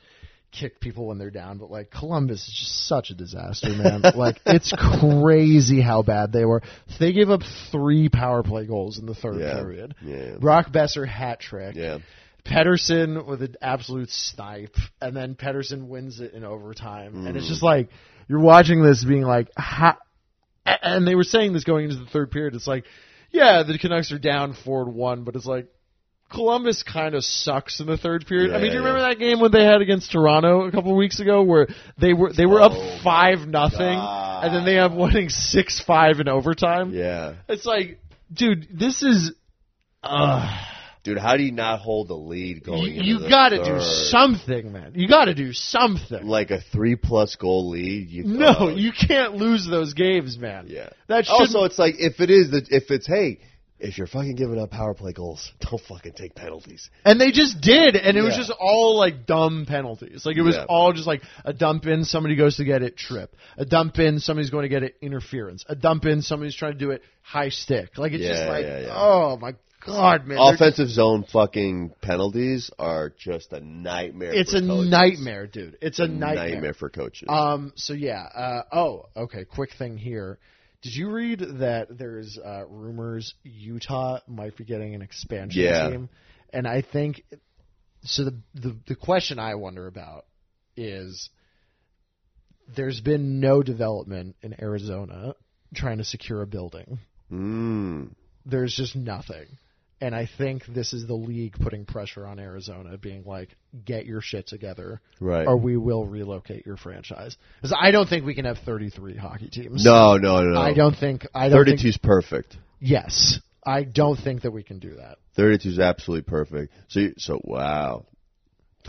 Speaker 1: kick people when they're down, but like Columbus is just such a disaster, man. like it's crazy how bad they were. They gave up three power play goals in the third
Speaker 2: Yeah.
Speaker 1: period.
Speaker 2: Yeah.
Speaker 1: Brock Besser hat trick.
Speaker 2: Yeah.
Speaker 1: Pedersen with an absolute snipe, and then Pedersen wins it in overtime. And it's
Speaker 2: Mm.
Speaker 1: just like you're watching this, being like, ha a- and they were saying this going into the third period. It's like, yeah, the Canucks are down four to one, but it's like Columbus kind of sucks in the third period. I
Speaker 2: Yeah,
Speaker 1: mean, do you
Speaker 2: yeah.
Speaker 1: remember that game when they had against Toronto a couple of weeks ago where they were they were
Speaker 2: Oh,
Speaker 1: up five nothing,
Speaker 2: God.
Speaker 1: and then they have winning six five in overtime?
Speaker 2: Yeah.
Speaker 1: It's like, dude, this is. Uh,
Speaker 2: Dude, how do you not hold the lead going? into
Speaker 1: you
Speaker 2: the
Speaker 1: got to do
Speaker 2: third?
Speaker 1: something, man. You got to do something.
Speaker 2: Like a three plus goal lead. You,
Speaker 1: no,
Speaker 2: oh,
Speaker 1: you can't lose those games, man.
Speaker 2: Yeah.
Speaker 1: That should
Speaker 2: Also, Oh, it's like if it is the if it's hey, if you're fucking giving up power play goals, don't fucking take penalties.
Speaker 1: and they just did and it was
Speaker 2: Yeah.
Speaker 1: just all like dumb penalties. Like it was
Speaker 2: Yeah.
Speaker 1: all just like a dump in, somebody goes to get it, trip. A dump in, somebody's going to get it, interference. A dump in, somebody's trying to do it, high stick. Like it's just
Speaker 2: Yeah,
Speaker 1: like,
Speaker 2: yeah, yeah.
Speaker 1: oh my god, man. They're-
Speaker 2: Offensive zone fucking penalties are just a nightmare.
Speaker 1: It's
Speaker 2: for
Speaker 1: a
Speaker 2: coaches.
Speaker 1: nightmare, dude. It's a
Speaker 2: Nightmare,
Speaker 1: nightmare.
Speaker 2: for coaches.
Speaker 1: Um. So yeah. Uh. Oh. Okay. Quick thing here. Did you read that there's uh, rumors Utah might be getting an expansion
Speaker 2: Yeah.
Speaker 1: team? And I think so. The, the the question I wonder about is there's been no development in Arizona trying to secure a building.
Speaker 2: mm.
Speaker 1: There's just nothing. And I think this is the league putting pressure on Arizona, being like, "Get your shit together."
Speaker 2: Right.
Speaker 1: or we will relocate your franchise. Because I don't think we can have 33 hockey teams.
Speaker 2: no, no, no.
Speaker 1: I don't think. I don't.
Speaker 2: Thirty-two
Speaker 1: Think,
Speaker 2: is perfect.
Speaker 1: yes, I don't think that we can do that.
Speaker 2: Thirty-two is absolutely perfect. So, you, so wow.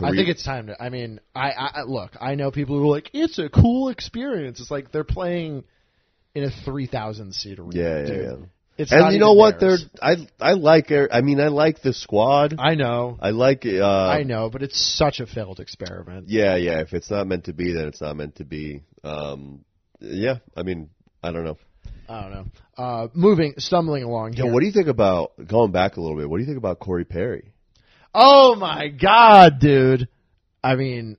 Speaker 1: I
Speaker 2: Three-
Speaker 1: think it's time to. I mean, I, I I- look. I know people who are like, it's a cool experience. It's like they're playing in a 3,000 seat arena.
Speaker 2: yeah, yeah,
Speaker 1: dude.
Speaker 2: yeah.
Speaker 1: It's not
Speaker 2: And you know
Speaker 1: even
Speaker 2: what? They're
Speaker 1: theirs.
Speaker 2: I I like Ar- I mean I like the squad.
Speaker 1: I know.
Speaker 2: I like uh
Speaker 1: I know, but it's such a failed experiment.
Speaker 2: Yeah, yeah. If it's not meant to be, then it's not meant to be. Um, yeah. I mean, I don't know.
Speaker 1: I don't know. Uh, moving, stumbling along
Speaker 2: Yeah.
Speaker 1: here.
Speaker 2: What do you think about going back a little bit? What do you think about Corey Perry?
Speaker 1: Oh my god, dude! I mean,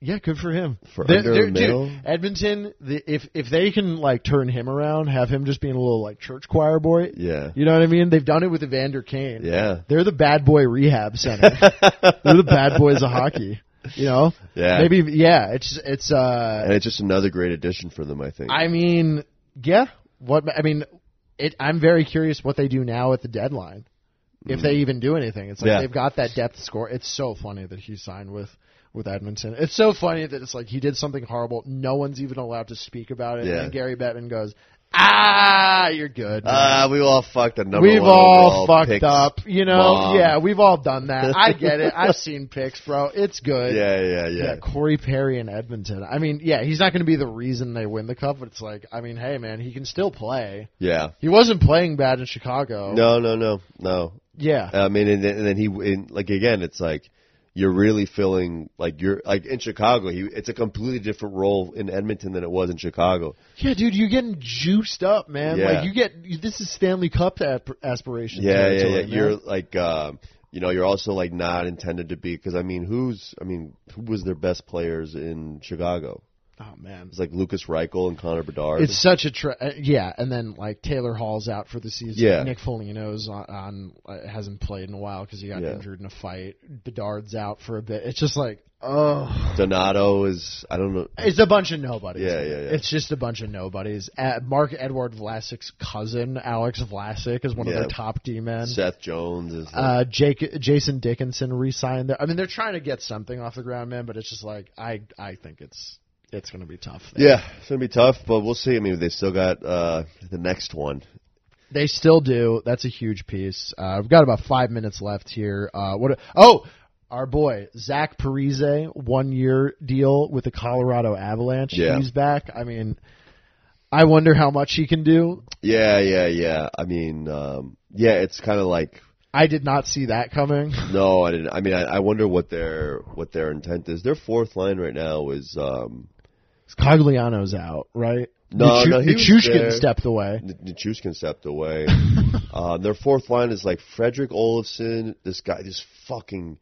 Speaker 1: yeah, good for him.
Speaker 2: For
Speaker 1: They're-
Speaker 2: under a
Speaker 1: they're- dude,
Speaker 2: mil?
Speaker 1: Edmonton, the, if if they can like turn him around, have him just being a little like church choir boy,
Speaker 2: Yeah.
Speaker 1: you know what I mean? They've done it with Evander Kane.
Speaker 2: Yeah.
Speaker 1: They're the bad boy rehab center. They're the bad boys of hockey. You know?
Speaker 2: Yeah.
Speaker 1: Maybe yeah. It's it's uh.
Speaker 2: And it's just another great addition for them, I think.
Speaker 1: I mean, yeah. What I mean, it. I'm very curious what they do now at the deadline, if they even do anything. It's like
Speaker 2: Mm. Yeah.
Speaker 1: they've got that depth score. It's so funny that he signed with with Edmonton. It's so funny that it's like he did something horrible. No one's even allowed to speak about it.
Speaker 2: Yeah.
Speaker 1: And Gary Bettman goes, "Ah, you're good." man."
Speaker 2: Ah, we all fucked the number
Speaker 1: We've
Speaker 2: one
Speaker 1: all
Speaker 2: overall
Speaker 1: fucked
Speaker 2: picks.
Speaker 1: up, you know.
Speaker 2: Mom.
Speaker 1: Yeah, we've all done that. I get it. I've seen picks, bro. It's good.
Speaker 2: Yeah, yeah, yeah.
Speaker 1: Yeah, Corey Perry in Edmonton. I mean, yeah, he's not going to be the reason they win the cup, but it's like, I mean, hey, man, he can still play.
Speaker 2: Yeah.
Speaker 1: He wasn't playing bad in Chicago.
Speaker 2: No, no, no, no.
Speaker 1: Yeah.
Speaker 2: I mean, and, then- and then he, and like again, it's like you're really feeling like you're like in Chicago. He, it's a completely different role in Edmonton than it was in Chicago.
Speaker 1: Yeah, dude, you're getting juiced up, man.
Speaker 2: Yeah.
Speaker 1: Like, you get, this is Stanley Cup ap- aspiration.
Speaker 2: Yeah, yeah,
Speaker 1: territory,
Speaker 2: yeah.
Speaker 1: man.
Speaker 2: You're like um, you know, you're also like not intended to be because I mean, who's I mean, who was their best players in Chicago?
Speaker 1: Oh man,
Speaker 2: It's like Lucas Reichel and Connor Bedard.
Speaker 1: it's such a tra- uh, yeah. And then like Taylor Hall's out for the season.
Speaker 2: Yeah.
Speaker 1: Nick Foligno's on, on uh, hasn't played in a while because he got
Speaker 2: Yeah.
Speaker 1: injured in a fight. Bedard's out for a bit. It's just like oh,
Speaker 2: Donato is I don't know.
Speaker 1: it's a bunch of nobodies.
Speaker 2: Yeah, yeah, yeah.
Speaker 1: It's just a bunch of nobodies. Uh, Mark Edward Vlasic's cousin Alex Vlasic is one of
Speaker 2: Yeah.
Speaker 1: their top D men.
Speaker 2: Seth Jones is like,
Speaker 1: Uh, Jake Jason Dickinson re-signed there. I mean, they're trying to get something off the ground, man. But it's just like I I think it's it's going to be tough. there.
Speaker 2: yeah, it's gonna be tough, but we'll see. I mean, they still got uh, the next one.
Speaker 1: They still do. That's a huge piece. Uh, we've got about five minutes left here. Uh, what? Oh, our boy Zach Parise, one year deal with the Colorado Avalanche.
Speaker 2: Yeah.
Speaker 1: He's back. I mean, I wonder how much he can do.
Speaker 2: Yeah, yeah, yeah. I mean, um, yeah, it's kind of like
Speaker 1: I did not see that coming.
Speaker 2: no, I didn't. I mean, I, I wonder what their what their intent is. Their fourth line right now is um,
Speaker 1: Cogliano's out, right?
Speaker 2: No,
Speaker 1: Nichu-
Speaker 2: no, he was
Speaker 1: Nichushkin
Speaker 2: there.
Speaker 1: stepped away.
Speaker 2: N- Nichushkin stepped away. um, their fourth line is like Frederick Olafson, this guy, this fucking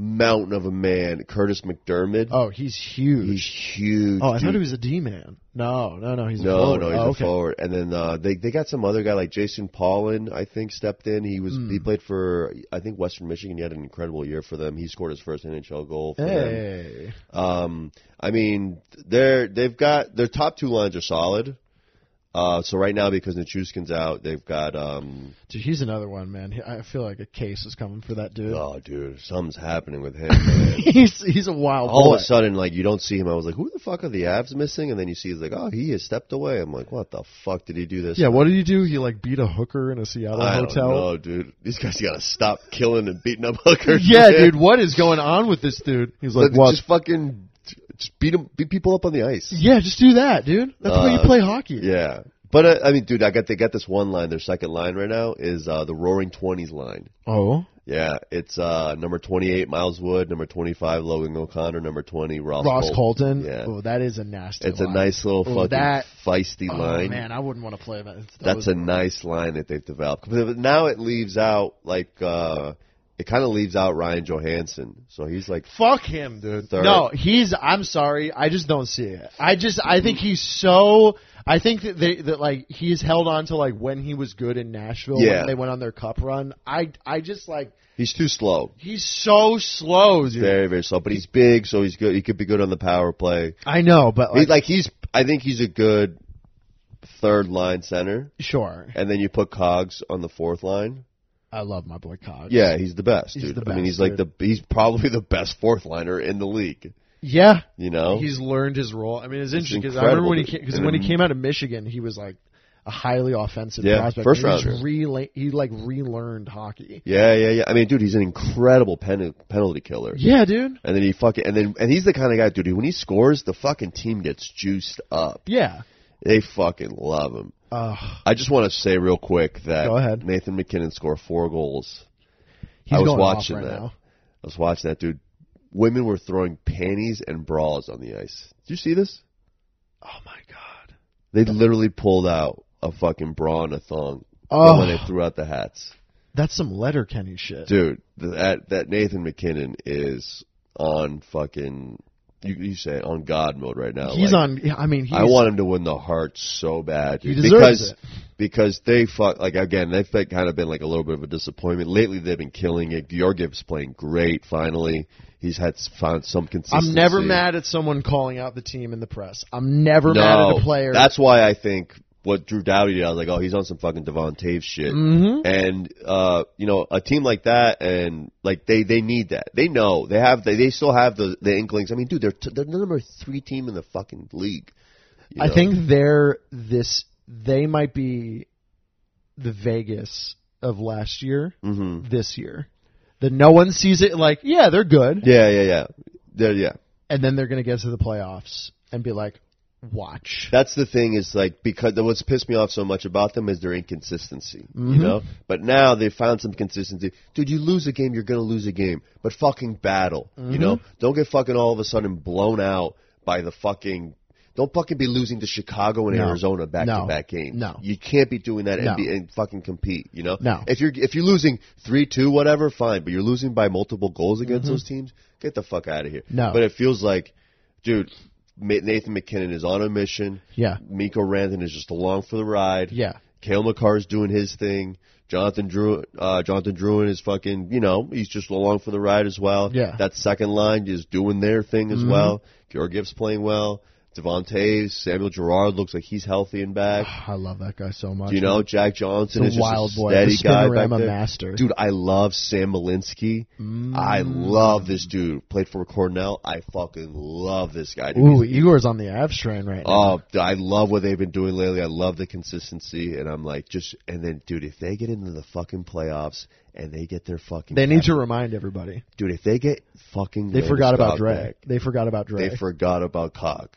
Speaker 2: mountain of a man, Curtis McDermott.
Speaker 1: Oh, he's huge.
Speaker 2: he's huge.
Speaker 1: oh, I
Speaker 2: dude.
Speaker 1: thought he was a D man. No, no, no. He's a
Speaker 2: No,
Speaker 1: forward.
Speaker 2: no, he's
Speaker 1: Oh,
Speaker 2: a
Speaker 1: okay.
Speaker 2: forward. And then uh, they they got some other guy like Jason Paulin, I think, stepped in. He was
Speaker 1: Hmm.
Speaker 2: he played for I think Western Michigan. He had an incredible year for them. He scored his first NHL goal. For them.
Speaker 1: Hey,
Speaker 2: Um, I mean, they're they've got their top two lines are solid. Uh, so right now because Nichushkin's out, they've got um,
Speaker 1: dude, he's another one, man. He- I feel like a case is coming for that dude.
Speaker 2: oh dude, something's happening with him. man.
Speaker 1: he's he's a
Speaker 5: Oh,
Speaker 1: wild
Speaker 2: All
Speaker 1: boy.
Speaker 2: of a sudden, like you don't see him. I was like, who the fuck are the abs missing? And then you see he's like, oh, he has stepped away. I'm like, what the fuck did he do this?
Speaker 5: Yeah, what did he do? He like beat a hooker in a Seattle
Speaker 2: I
Speaker 5: hotel.
Speaker 2: don't know, dude. These guys gotta stop killing and beating up hookers.
Speaker 5: Yeah,
Speaker 2: man.
Speaker 5: dude, what is going on with this dude? He's like,
Speaker 2: Let-
Speaker 5: what?
Speaker 2: Just fucking, just beat 'em- beat people up on the ice.
Speaker 1: Yeah, just do that, dude. That's why you
Speaker 2: Uh,
Speaker 1: play hockey.
Speaker 2: Yeah, but uh, I mean, dude, I got they got this one line. Their second line right now is uh, the Roaring Twenties line.
Speaker 1: Oh,
Speaker 2: Yeah, it's uh, number twenty-eight Miles Wood, number twenty-five Logan O'Connor, number twenty Ross,
Speaker 1: Ross
Speaker 2: Colton.
Speaker 1: Colton.
Speaker 2: Yeah.
Speaker 1: Oh, that is a nasty.
Speaker 2: It's a
Speaker 1: line.
Speaker 2: nice little
Speaker 1: Oh,
Speaker 2: fucking
Speaker 1: that-
Speaker 2: feisty
Speaker 1: Oh,
Speaker 2: line.
Speaker 1: man, I wouldn't want to play that. That
Speaker 2: That's
Speaker 1: was-
Speaker 2: a nice line that they've developed. But now it leaves out like uh, it kind of leaves out Ryan Johansson, so he's like
Speaker 1: fuck him, dude.
Speaker 2: Third.
Speaker 1: No, he's. I'm sorry, I just don't see it. I just. I
Speaker 2: Mm-hmm.
Speaker 1: think he's so. I think that they that like he's held on to like when he was good in Nashville
Speaker 2: Yeah.
Speaker 1: when they went on their cup run. I I just like
Speaker 2: he's too slow.
Speaker 1: he's so slow, dude.
Speaker 2: Very, very slow. But he's big, so he's good. He could be good on the power play.
Speaker 1: Oh, I know, but
Speaker 2: He-
Speaker 1: like,
Speaker 2: like he's, I think he's a good third line center.
Speaker 1: sure,
Speaker 2: And then you put Cogs on the fourth line.
Speaker 1: I love my boy Cog.
Speaker 2: Yeah, he's the best,
Speaker 1: He's
Speaker 2: dude.
Speaker 1: the
Speaker 2: I mean,
Speaker 1: best,
Speaker 2: he's like the
Speaker 1: dude.
Speaker 2: he's probably the best fourth liner in the league.
Speaker 1: yeah,
Speaker 2: You know,
Speaker 1: he's learned his role. I mean, it's interesting because I
Speaker 2: Oh.
Speaker 1: remember
Speaker 2: incredible,
Speaker 1: when he
Speaker 2: dude.
Speaker 1: came, cause
Speaker 2: And
Speaker 1: when he
Speaker 2: then-
Speaker 1: came out of Michigan, he was like a highly offensive
Speaker 2: Yeah,
Speaker 1: prospect.
Speaker 2: first
Speaker 1: And he just
Speaker 2: rounder.
Speaker 1: Rela- he like relearned hockey.
Speaker 2: yeah, yeah, yeah. I mean, dude, he's an incredible pen, penalty killer.
Speaker 1: Yeah, dude.
Speaker 2: And then he fucking and then and he's the kind of guy, dude. When he scores, the fucking team gets juiced up.
Speaker 1: Yeah.
Speaker 2: They fucking love him.
Speaker 1: Uh,
Speaker 2: I just want to say real quick that
Speaker 1: Go ahead.
Speaker 2: Nathan McKinnon scored four goals
Speaker 1: he's
Speaker 2: I was
Speaker 1: going
Speaker 2: watching
Speaker 1: off right
Speaker 2: that.
Speaker 1: now.
Speaker 2: I was watching that dude. Women were throwing panties and bras on the ice. Did you see this?
Speaker 1: Oh my god.
Speaker 2: They literally pulled out a fucking bra and a thong
Speaker 1: Oh.
Speaker 2: when they threw out the hats.
Speaker 1: That's some letter Kenny shit.
Speaker 2: Dude, that that Nathan McKinnon is on fucking you, you say it, on God mode right now.
Speaker 1: he's
Speaker 2: Like,
Speaker 1: on. I mean, he's,
Speaker 2: I want him to win the heart so bad.
Speaker 1: He
Speaker 2: dude,
Speaker 1: deserves
Speaker 2: because
Speaker 1: it.
Speaker 2: because they fuck like again they've been, kind of been like a little bit of a disappointment lately. They've been killing it. Georgiev's playing great. Finally, he's had s- found some consistency.
Speaker 1: I'm never mad at someone calling out the team in the press. I'm never
Speaker 2: no,
Speaker 1: mad at a player.
Speaker 2: That's why I think what Drew Dowdy did. I was like, oh, he's on some fucking Devon Taves shit.
Speaker 1: Mhm.
Speaker 2: And uh, you know, a team like that, and like they they need that. They know they have they, they still have the the inklings. I mean, dude, they're t- they're the number three team in the fucking league. you
Speaker 1: I
Speaker 2: know?
Speaker 1: think they're this. They might be the Vegas of last year.
Speaker 2: Mhm.
Speaker 1: This year, that no one sees it. Like, yeah, they're good,
Speaker 2: Yeah, yeah, yeah, They're- yeah.
Speaker 1: and then they're gonna get to the playoffs and be like, watch.
Speaker 2: That's the thing is like because the- what's pissed me off so much about them is their inconsistency,
Speaker 1: Mm-hmm.
Speaker 2: you know. But now they found some consistency. Dude, you lose a game, you're gonna lose a game, but
Speaker 1: Mm-hmm.
Speaker 2: fucking battle, you know. Don't get fucking all of a sudden blown out by the fucking Don't fucking be losing to Chicago and
Speaker 1: No.
Speaker 2: Arizona back
Speaker 1: No.
Speaker 2: to back games.
Speaker 1: No.
Speaker 2: you can't be doing that and,
Speaker 1: No.
Speaker 2: be, and fucking compete. You know,
Speaker 1: No.
Speaker 2: If you're if you're losing three two whatever, fine, but you're losing by multiple goals against
Speaker 1: Mm-hmm.
Speaker 2: those teams. Get the fuck out of here.
Speaker 1: No.
Speaker 2: but it feels like, dude, Ma- Nathan McKinnon is on a mission.
Speaker 1: Yeah.
Speaker 2: Miko Rantanen is just along for the ride.
Speaker 1: Yeah.
Speaker 2: Kale McCarr's doing his thing. Jonathan Drew, uh, Jonathan Druin is fucking, you know, he's just along for the ride as well.
Speaker 1: Yeah. Mm-hmm.
Speaker 2: That second line is doing their thing as well. Georgiev's playing well. Devontae, Samuel Gerard looks like he's healthy and back.
Speaker 1: I love that guy so much.
Speaker 2: You know, Jack Johnson
Speaker 1: He's a
Speaker 2: is just
Speaker 1: wild
Speaker 2: a
Speaker 1: boy,
Speaker 2: steady
Speaker 1: the
Speaker 2: guy back
Speaker 1: spinorama
Speaker 2: there.
Speaker 1: master. Mm.
Speaker 2: Dude, I love Sam Malinsky. I love this dude. Played for Cornell. I fucking love this guy. dude.
Speaker 1: Ooh, Igor's on the Avs train right now.
Speaker 2: Oh, dude, I love what they've been doing lately. I love the consistency, and I'm like, just and then, dude, if they get into the fucking playoffs and they get their fucking,
Speaker 1: they need
Speaker 2: cap-
Speaker 1: to remind everybody.
Speaker 2: dude. If they get fucking,
Speaker 1: They
Speaker 2: Landeskog
Speaker 1: forgot about Dre.
Speaker 2: back,
Speaker 1: They forgot about Dre.
Speaker 2: They forgot about Cog.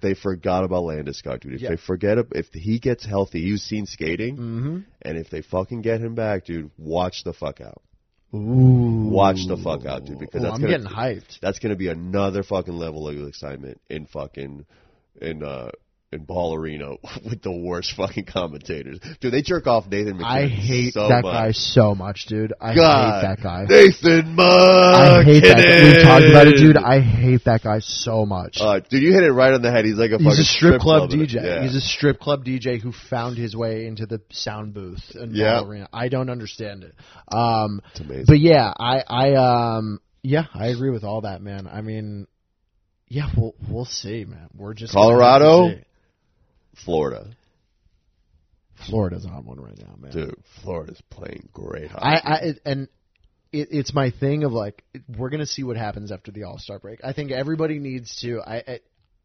Speaker 2: They forgot about Landeskog, dude. If
Speaker 1: Yeah. Mm.
Speaker 2: they forget, if he gets healthy, he was seen skating,
Speaker 1: Mm-hmm.
Speaker 2: and if they fucking get him back, dude, watch the fuck out.
Speaker 1: Ooh.
Speaker 2: Watch the fuck out, dude, because
Speaker 1: Ooh,
Speaker 2: that's
Speaker 1: I'm
Speaker 2: gonna,
Speaker 1: getting hyped.
Speaker 2: that's going to be another fucking level of excitement in fucking in uh in Ball Arena with the worst fucking commentators. Dude, they jerk off Nathan McKinnon.
Speaker 1: I hate
Speaker 2: so
Speaker 1: that
Speaker 2: much.
Speaker 1: guy so much, dude. I
Speaker 2: God,
Speaker 1: hate that guy.
Speaker 2: Nathan McKinnon.
Speaker 1: I hate that guy. We talked about it, dude. I hate that guy so much.
Speaker 2: Uh, dude, you hit it right on the head. He's like a fucking
Speaker 1: He's a strip club
Speaker 2: in it.
Speaker 1: DJ.
Speaker 2: Yeah.
Speaker 1: He's a strip club DJ who found his way into the sound booth and
Speaker 2: Yeah.
Speaker 1: arena. I don't understand it. Um,
Speaker 2: It's amazing.
Speaker 1: but yeah, I, I, um, yeah, I agree with all that, man. I mean, yeah, we'll we'll see, man. We're just gonna have to
Speaker 2: Colorado?
Speaker 1: see.
Speaker 2: Florida,
Speaker 1: Florida's on one right now, man.
Speaker 2: dude, Florida's playing great. Hockey.
Speaker 1: I, I it, and it, it's my thing of like we're gonna see what happens after the All Star break. I think everybody needs to. I, I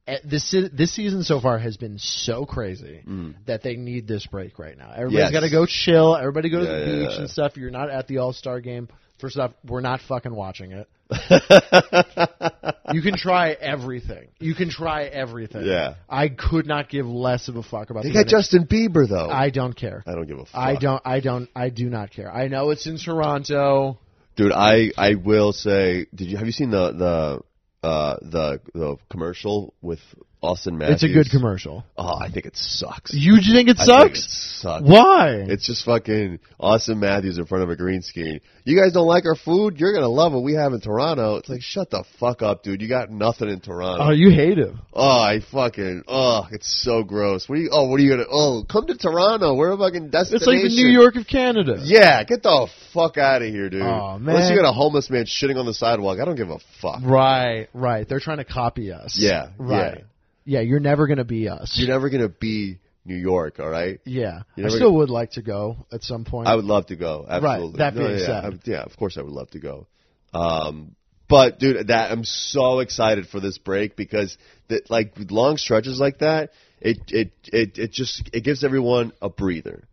Speaker 1: eh, this se- this season so far has been so crazy
Speaker 2: Mm.
Speaker 1: that they need this break right now. Everybody's
Speaker 2: Yes.
Speaker 1: got to go chill. Everybody go to
Speaker 2: Yeah,
Speaker 1: the
Speaker 2: yeah,
Speaker 1: beach
Speaker 2: yeah.
Speaker 1: and stuff. You're not at the All Star game. First off, we're not fucking watching it. you can try everything. You can try everything.
Speaker 2: Yeah.
Speaker 1: I could not give less of a fuck about
Speaker 2: they
Speaker 1: the
Speaker 2: got
Speaker 1: NH-
Speaker 2: Justin Bieber though.
Speaker 1: I don't care.
Speaker 2: I don't give a fuck.
Speaker 1: I don't. I don't. I do not care. I know it's in Toronto.
Speaker 2: dude. I I will say, did you have you seen the the uh the the commercial with Austin Matthews?
Speaker 1: It's a good commercial.
Speaker 2: Oh, I think it sucks.
Speaker 1: You think it
Speaker 2: I think
Speaker 1: sucks?
Speaker 2: it sucks.
Speaker 1: Why?
Speaker 2: It's just fucking Austin Matthews in front of a green screen. You guys don't like our food? You're gonna love what we have in Toronto. It's like shut the fuck up, dude. You got nothing in Toronto.
Speaker 1: oh, you hate it.
Speaker 2: oh, I fucking oh, it's so gross. What are you? Oh, what are you gonna? Oh, come to Toronto. We're a fucking destination.
Speaker 1: It's like the New York of Canada.
Speaker 2: Yeah, get the fuck out of here, dude.
Speaker 1: Aw, man.
Speaker 2: Unless you got a homeless man shitting on the sidewalk, I don't give a fuck.
Speaker 1: Right, right. They're trying to copy us.
Speaker 2: Yeah,
Speaker 1: Right.
Speaker 2: yeah.
Speaker 1: Yeah, you're never gonna be us.
Speaker 2: You're never gonna be New York, all right?
Speaker 1: yeah.
Speaker 2: you're
Speaker 1: I
Speaker 2: never
Speaker 1: still would like to go at some point.
Speaker 2: I would love to go. Absolutely.
Speaker 1: that being
Speaker 2: yeah,
Speaker 1: said.
Speaker 2: I would- yeah, of course I would love to go. Um, but dude, that I'm so excited for this break because that like with long stretches like that, it it it it just it gives everyone a breather.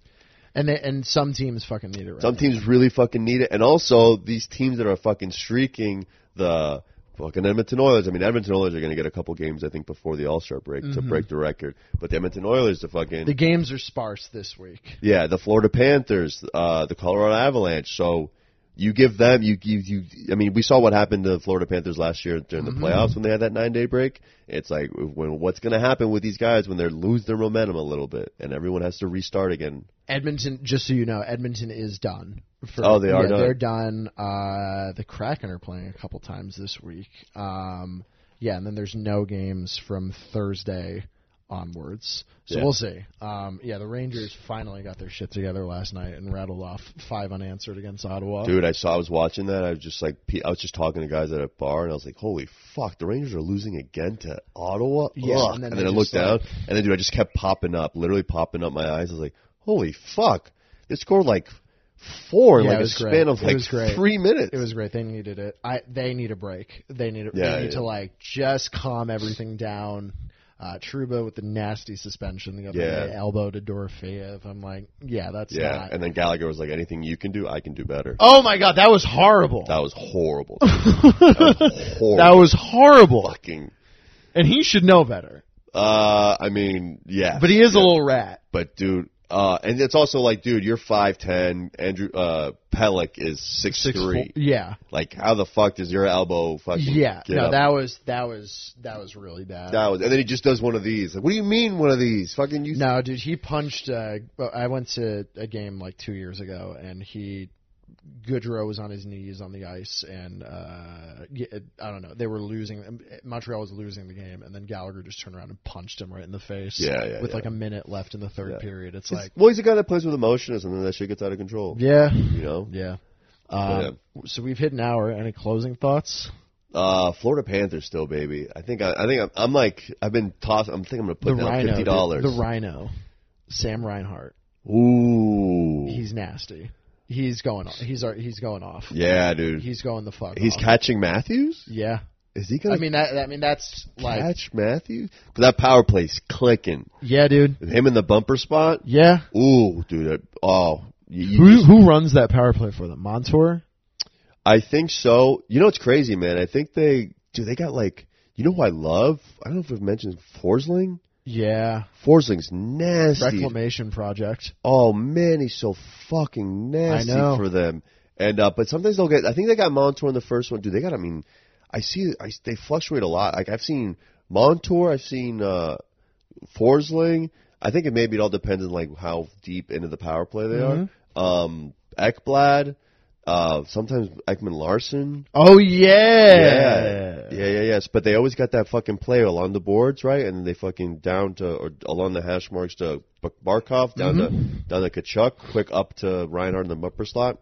Speaker 1: and they- and some teams fucking need it right.
Speaker 2: Some
Speaker 1: now.
Speaker 2: teams really fucking need it, and also these teams that are fucking streaking the fucking Edmonton Oilers. I mean, Edmonton Oilers are going to get a couple games, I think, before the All Star break to break the record. But the Edmonton Oilers, the fucking
Speaker 1: The games are sparse this week.
Speaker 2: yeah, the Florida Panthers, uh, the Colorado Avalanche. So you give them, you, you, you. I mean, we saw what happened to the Florida Panthers last year during the playoffs when they had that nine day break. It's like when what's going to happen with these guys when they lose their momentum a little bit and everyone has to restart again.
Speaker 1: Edmonton, just so you know, Edmonton is done. For,
Speaker 2: Oh, they are
Speaker 1: yeah,
Speaker 2: done.
Speaker 1: They're done. Uh, the Kraken are playing a couple times this week. Um, yeah, and then there's no games from Thursday onwards. So
Speaker 2: Yeah.
Speaker 1: we'll see. Um, yeah, the Rangers finally got their shit together last night and rattled off five unanswered against Ottawa.
Speaker 2: Dude, I saw. I was watching that. I was just like, pe- I was just talking to guys at a bar, and I was like, "Holy fuck, the Rangers are losing again to Ottawa."
Speaker 1: Yeah, and
Speaker 2: Ugh. And
Speaker 1: then
Speaker 2: then,
Speaker 1: they
Speaker 2: I
Speaker 1: just,
Speaker 2: looked down,
Speaker 1: like-
Speaker 2: and then dude, I just kept popping up, literally popping up my eyes. I was like, "Holy fuck, they scored like four, in
Speaker 1: Yeah, it
Speaker 2: like a
Speaker 1: was
Speaker 2: span
Speaker 1: great.
Speaker 2: of
Speaker 1: It
Speaker 2: like
Speaker 1: was great.
Speaker 2: three minutes."
Speaker 1: It was great. They needed it. I they need a break. They need a,
Speaker 2: Yeah,
Speaker 1: they need
Speaker 2: yeah.
Speaker 1: to like just calm everything down. Uh, Truba with the nasty suspension the other
Speaker 2: Yeah.
Speaker 1: day, elbow to Dorofeev. I'm like, yeah, that's
Speaker 2: yeah,
Speaker 1: not.
Speaker 2: and then Gallagher was like, "Anything you can do, I can do better."
Speaker 1: oh my god, that was horrible.
Speaker 2: That was horrible. dude. that was horrible.
Speaker 1: That was horrible,
Speaker 2: fucking.
Speaker 1: and he should know better.
Speaker 2: Uh, I mean, yeah,
Speaker 1: But he is a
Speaker 2: yeah.
Speaker 1: little rat.
Speaker 2: But dude, Uh, and it's also like, dude, you're five ten. Andrew uh, Pellick is six,
Speaker 6: Six
Speaker 2: three.
Speaker 6: four-
Speaker 1: Yeah.
Speaker 2: Like, how the fuck does your elbow fucking?
Speaker 1: Yeah.
Speaker 2: get
Speaker 1: no,
Speaker 2: up?
Speaker 1: that was that was that was really bad.
Speaker 2: That was, and then he just does one of these. Like, what do you mean one of these? Fucking you.
Speaker 1: No, dude, he punched. Uh, I went to a game like two years ago, and he Goodrow was on his knees on the ice, and uh, yeah, I don't know, they were losing. um, Montreal was losing the game, and then Gallagher just turned around and punched him right in the face.
Speaker 2: Yeah, yeah,
Speaker 1: with
Speaker 2: yeah.
Speaker 1: like a minute left in the third
Speaker 2: Yeah.
Speaker 1: period. It's
Speaker 2: He's-
Speaker 1: like,
Speaker 2: well, he's a guy that plays with emotions, and then that shit gets out of control.
Speaker 1: yeah,
Speaker 2: You know.
Speaker 1: yeah. Um, So we've hit an hour. Any closing thoughts?
Speaker 2: Uh, Florida Panthers still, baby. I think I, I think I'm, I'm like I've been tossed. I'm thinking I'm gonna put
Speaker 1: the
Speaker 2: down
Speaker 1: Rhino,
Speaker 2: fifty
Speaker 1: the,
Speaker 2: dollars.
Speaker 1: the Rhino, Sam Reinhart.
Speaker 2: Ooh,
Speaker 1: He's nasty. He's going. Off. He's he's going off.
Speaker 2: yeah, dude. He's,
Speaker 1: He's going the fuck. off.
Speaker 2: catching Matthews.
Speaker 1: yeah.
Speaker 2: Is he gonna
Speaker 1: I mean that. I mean that's like
Speaker 2: catch Matthews? 'Cause that power play's clicking.
Speaker 1: yeah, dude.
Speaker 2: Him in the bumper spot.
Speaker 1: Yeah.
Speaker 2: Ooh, dude. that- Oh, you, you
Speaker 6: Who
Speaker 2: just-
Speaker 6: who runs that power play for them? Montour.
Speaker 2: I think so. You know it's crazy, man. I think they do. They got like you know who I love. I don't know if we've mentioned Forsling.
Speaker 1: Yeah.
Speaker 2: Forsling's nasty.
Speaker 1: Reclamation project.
Speaker 2: Oh man, he's so fucking nasty
Speaker 1: I know.
Speaker 2: for them. And uh, but sometimes they'll get. I think they got Montour in the first one, dude. They got. I mean, I see. I they fluctuate a lot. Like I've seen Montour. I've seen uh, Forsling. I think it maybe it all depends on like how deep into the power play they
Speaker 1: Mm-hmm.
Speaker 2: are. Um, Ekblad. Uh, sometimes Ekman Larson.
Speaker 1: Oh yeah.
Speaker 2: Yeah. Yeah, yeah, yes. But they always got that fucking play along the boards, right? And they fucking down to or along the hash marks to B- Barkov, down to down to Kachuk, quick up to Reinhardt in the bumper slot.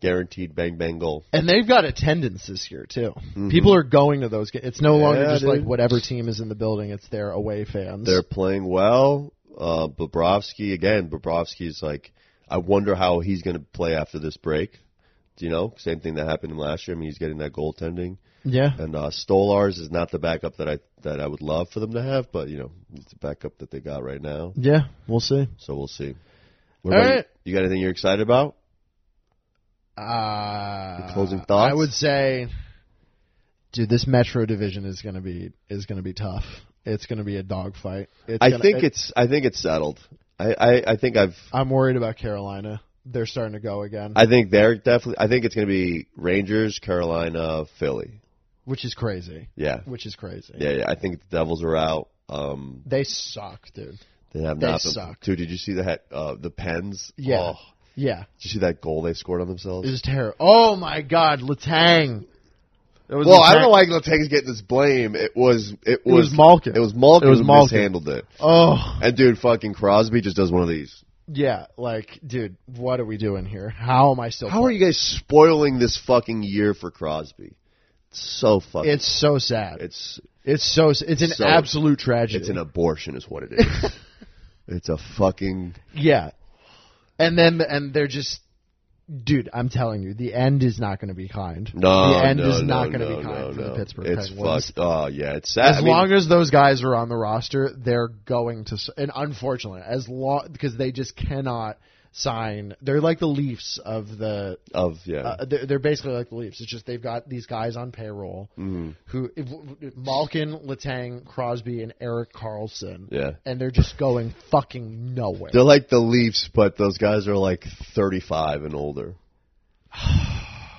Speaker 2: Guaranteed bang bang goal.
Speaker 1: And they've got attendance this year too. People are going to those. Ga- it's no longer
Speaker 2: Yeah,
Speaker 1: just like
Speaker 2: dude.
Speaker 1: whatever team is in the building. It's their away fans.
Speaker 2: They're playing well. Uh Bobrovsky again, Bobrovsky's like I wonder how he's going to play after this break. You know, same thing that happened last year. I mean, he's getting that goaltending,
Speaker 1: yeah.
Speaker 2: and uh, Stolars is not the backup that I that I would love for them to have, but you know, it's the backup that they got right now.
Speaker 1: Yeah. We'll see.
Speaker 2: So we'll see. What
Speaker 1: All
Speaker 2: about
Speaker 1: right.
Speaker 2: you? You got anything you're excited about?
Speaker 1: Uh,
Speaker 2: Your closing thoughts?
Speaker 1: I would say, dude, this Metro division is gonna be is gonna be tough. It's gonna be a dogfight. It's
Speaker 2: I
Speaker 1: gonna-
Speaker 2: think
Speaker 1: it-
Speaker 2: it's I think it's settled. I, I, I think I've
Speaker 1: I'm worried about Carolina. They're starting to go again,
Speaker 2: I think they're definitely I think it's gonna be Rangers, Carolina, Philly.
Speaker 1: which is crazy.
Speaker 2: Yeah.
Speaker 1: Which is crazy.
Speaker 2: Yeah, yeah. I think the Devils are out. Um
Speaker 1: They suck, dude.
Speaker 2: they have
Speaker 1: They
Speaker 2: not been
Speaker 1: suck.
Speaker 2: dude, did you see that uh the pens?
Speaker 1: Yeah.
Speaker 2: Oh,
Speaker 1: Yeah.
Speaker 2: did you see that goal they scored on themselves?
Speaker 1: It was terrible. Oh my god, Latang. It was
Speaker 2: well, I don't
Speaker 1: Letang.
Speaker 2: know why Latang's getting this blame. It was it was
Speaker 6: was Malkin.
Speaker 2: It was Malkin.
Speaker 6: It was
Speaker 2: who
Speaker 6: Malkin.
Speaker 2: mishandled it.
Speaker 1: Oh
Speaker 2: And dude, fucking Crosby just does one of these.
Speaker 1: yeah, like, dude, what are we doing here? How am I still?
Speaker 2: How are you guys spoiling this fucking year for Crosby? It's so fucking.
Speaker 1: It's so sad. It's,
Speaker 2: it's
Speaker 1: so. s- It's an
Speaker 2: So-
Speaker 1: absolute tragedy.
Speaker 2: it's an abortion, is what it is. it's a fucking.
Speaker 1: Yeah. And then and they're just dude, I'm telling you, the end is not going to be kind.
Speaker 2: No,
Speaker 1: the end
Speaker 2: no,
Speaker 1: is not
Speaker 2: no,
Speaker 1: going to
Speaker 2: no,
Speaker 1: be kind
Speaker 2: no,
Speaker 1: for
Speaker 2: no.
Speaker 1: the Pittsburgh
Speaker 2: It's
Speaker 1: Penguins.
Speaker 2: fucked. Oh yeah, it's sad.
Speaker 1: As
Speaker 2: I mean,
Speaker 1: long as those guys are on the roster, they're going to s- and unfortunately, as long because they just cannot sign. They're like the Leafs of the
Speaker 2: of yeah,
Speaker 1: uh, they're, they're basically like the Leafs. It's just they've got these guys on payroll
Speaker 2: Mm-hmm.
Speaker 1: who if, Malkin, Latang, Crosby, and Eric Carlson.
Speaker 2: Yeah.
Speaker 1: and they're just going fucking nowhere.
Speaker 2: they're like the Leafs, but those guys are like thirty-five and older.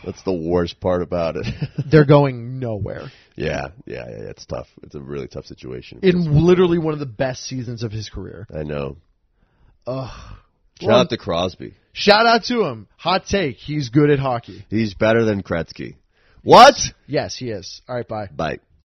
Speaker 2: That's the worst part about it.
Speaker 1: they're going nowhere
Speaker 2: yeah, yeah, yeah, yeah. It's tough. It's a really tough situation.
Speaker 1: in literally one of the best seasons of his career.
Speaker 2: I know.
Speaker 1: Ugh.
Speaker 2: Shout
Speaker 1: Well-
Speaker 2: out to Crosby.
Speaker 1: Shout out to him. Hot take. He's good at hockey.
Speaker 2: He's better than Kretzky. What?
Speaker 1: Yes, he is. All right, bye.
Speaker 2: Bye.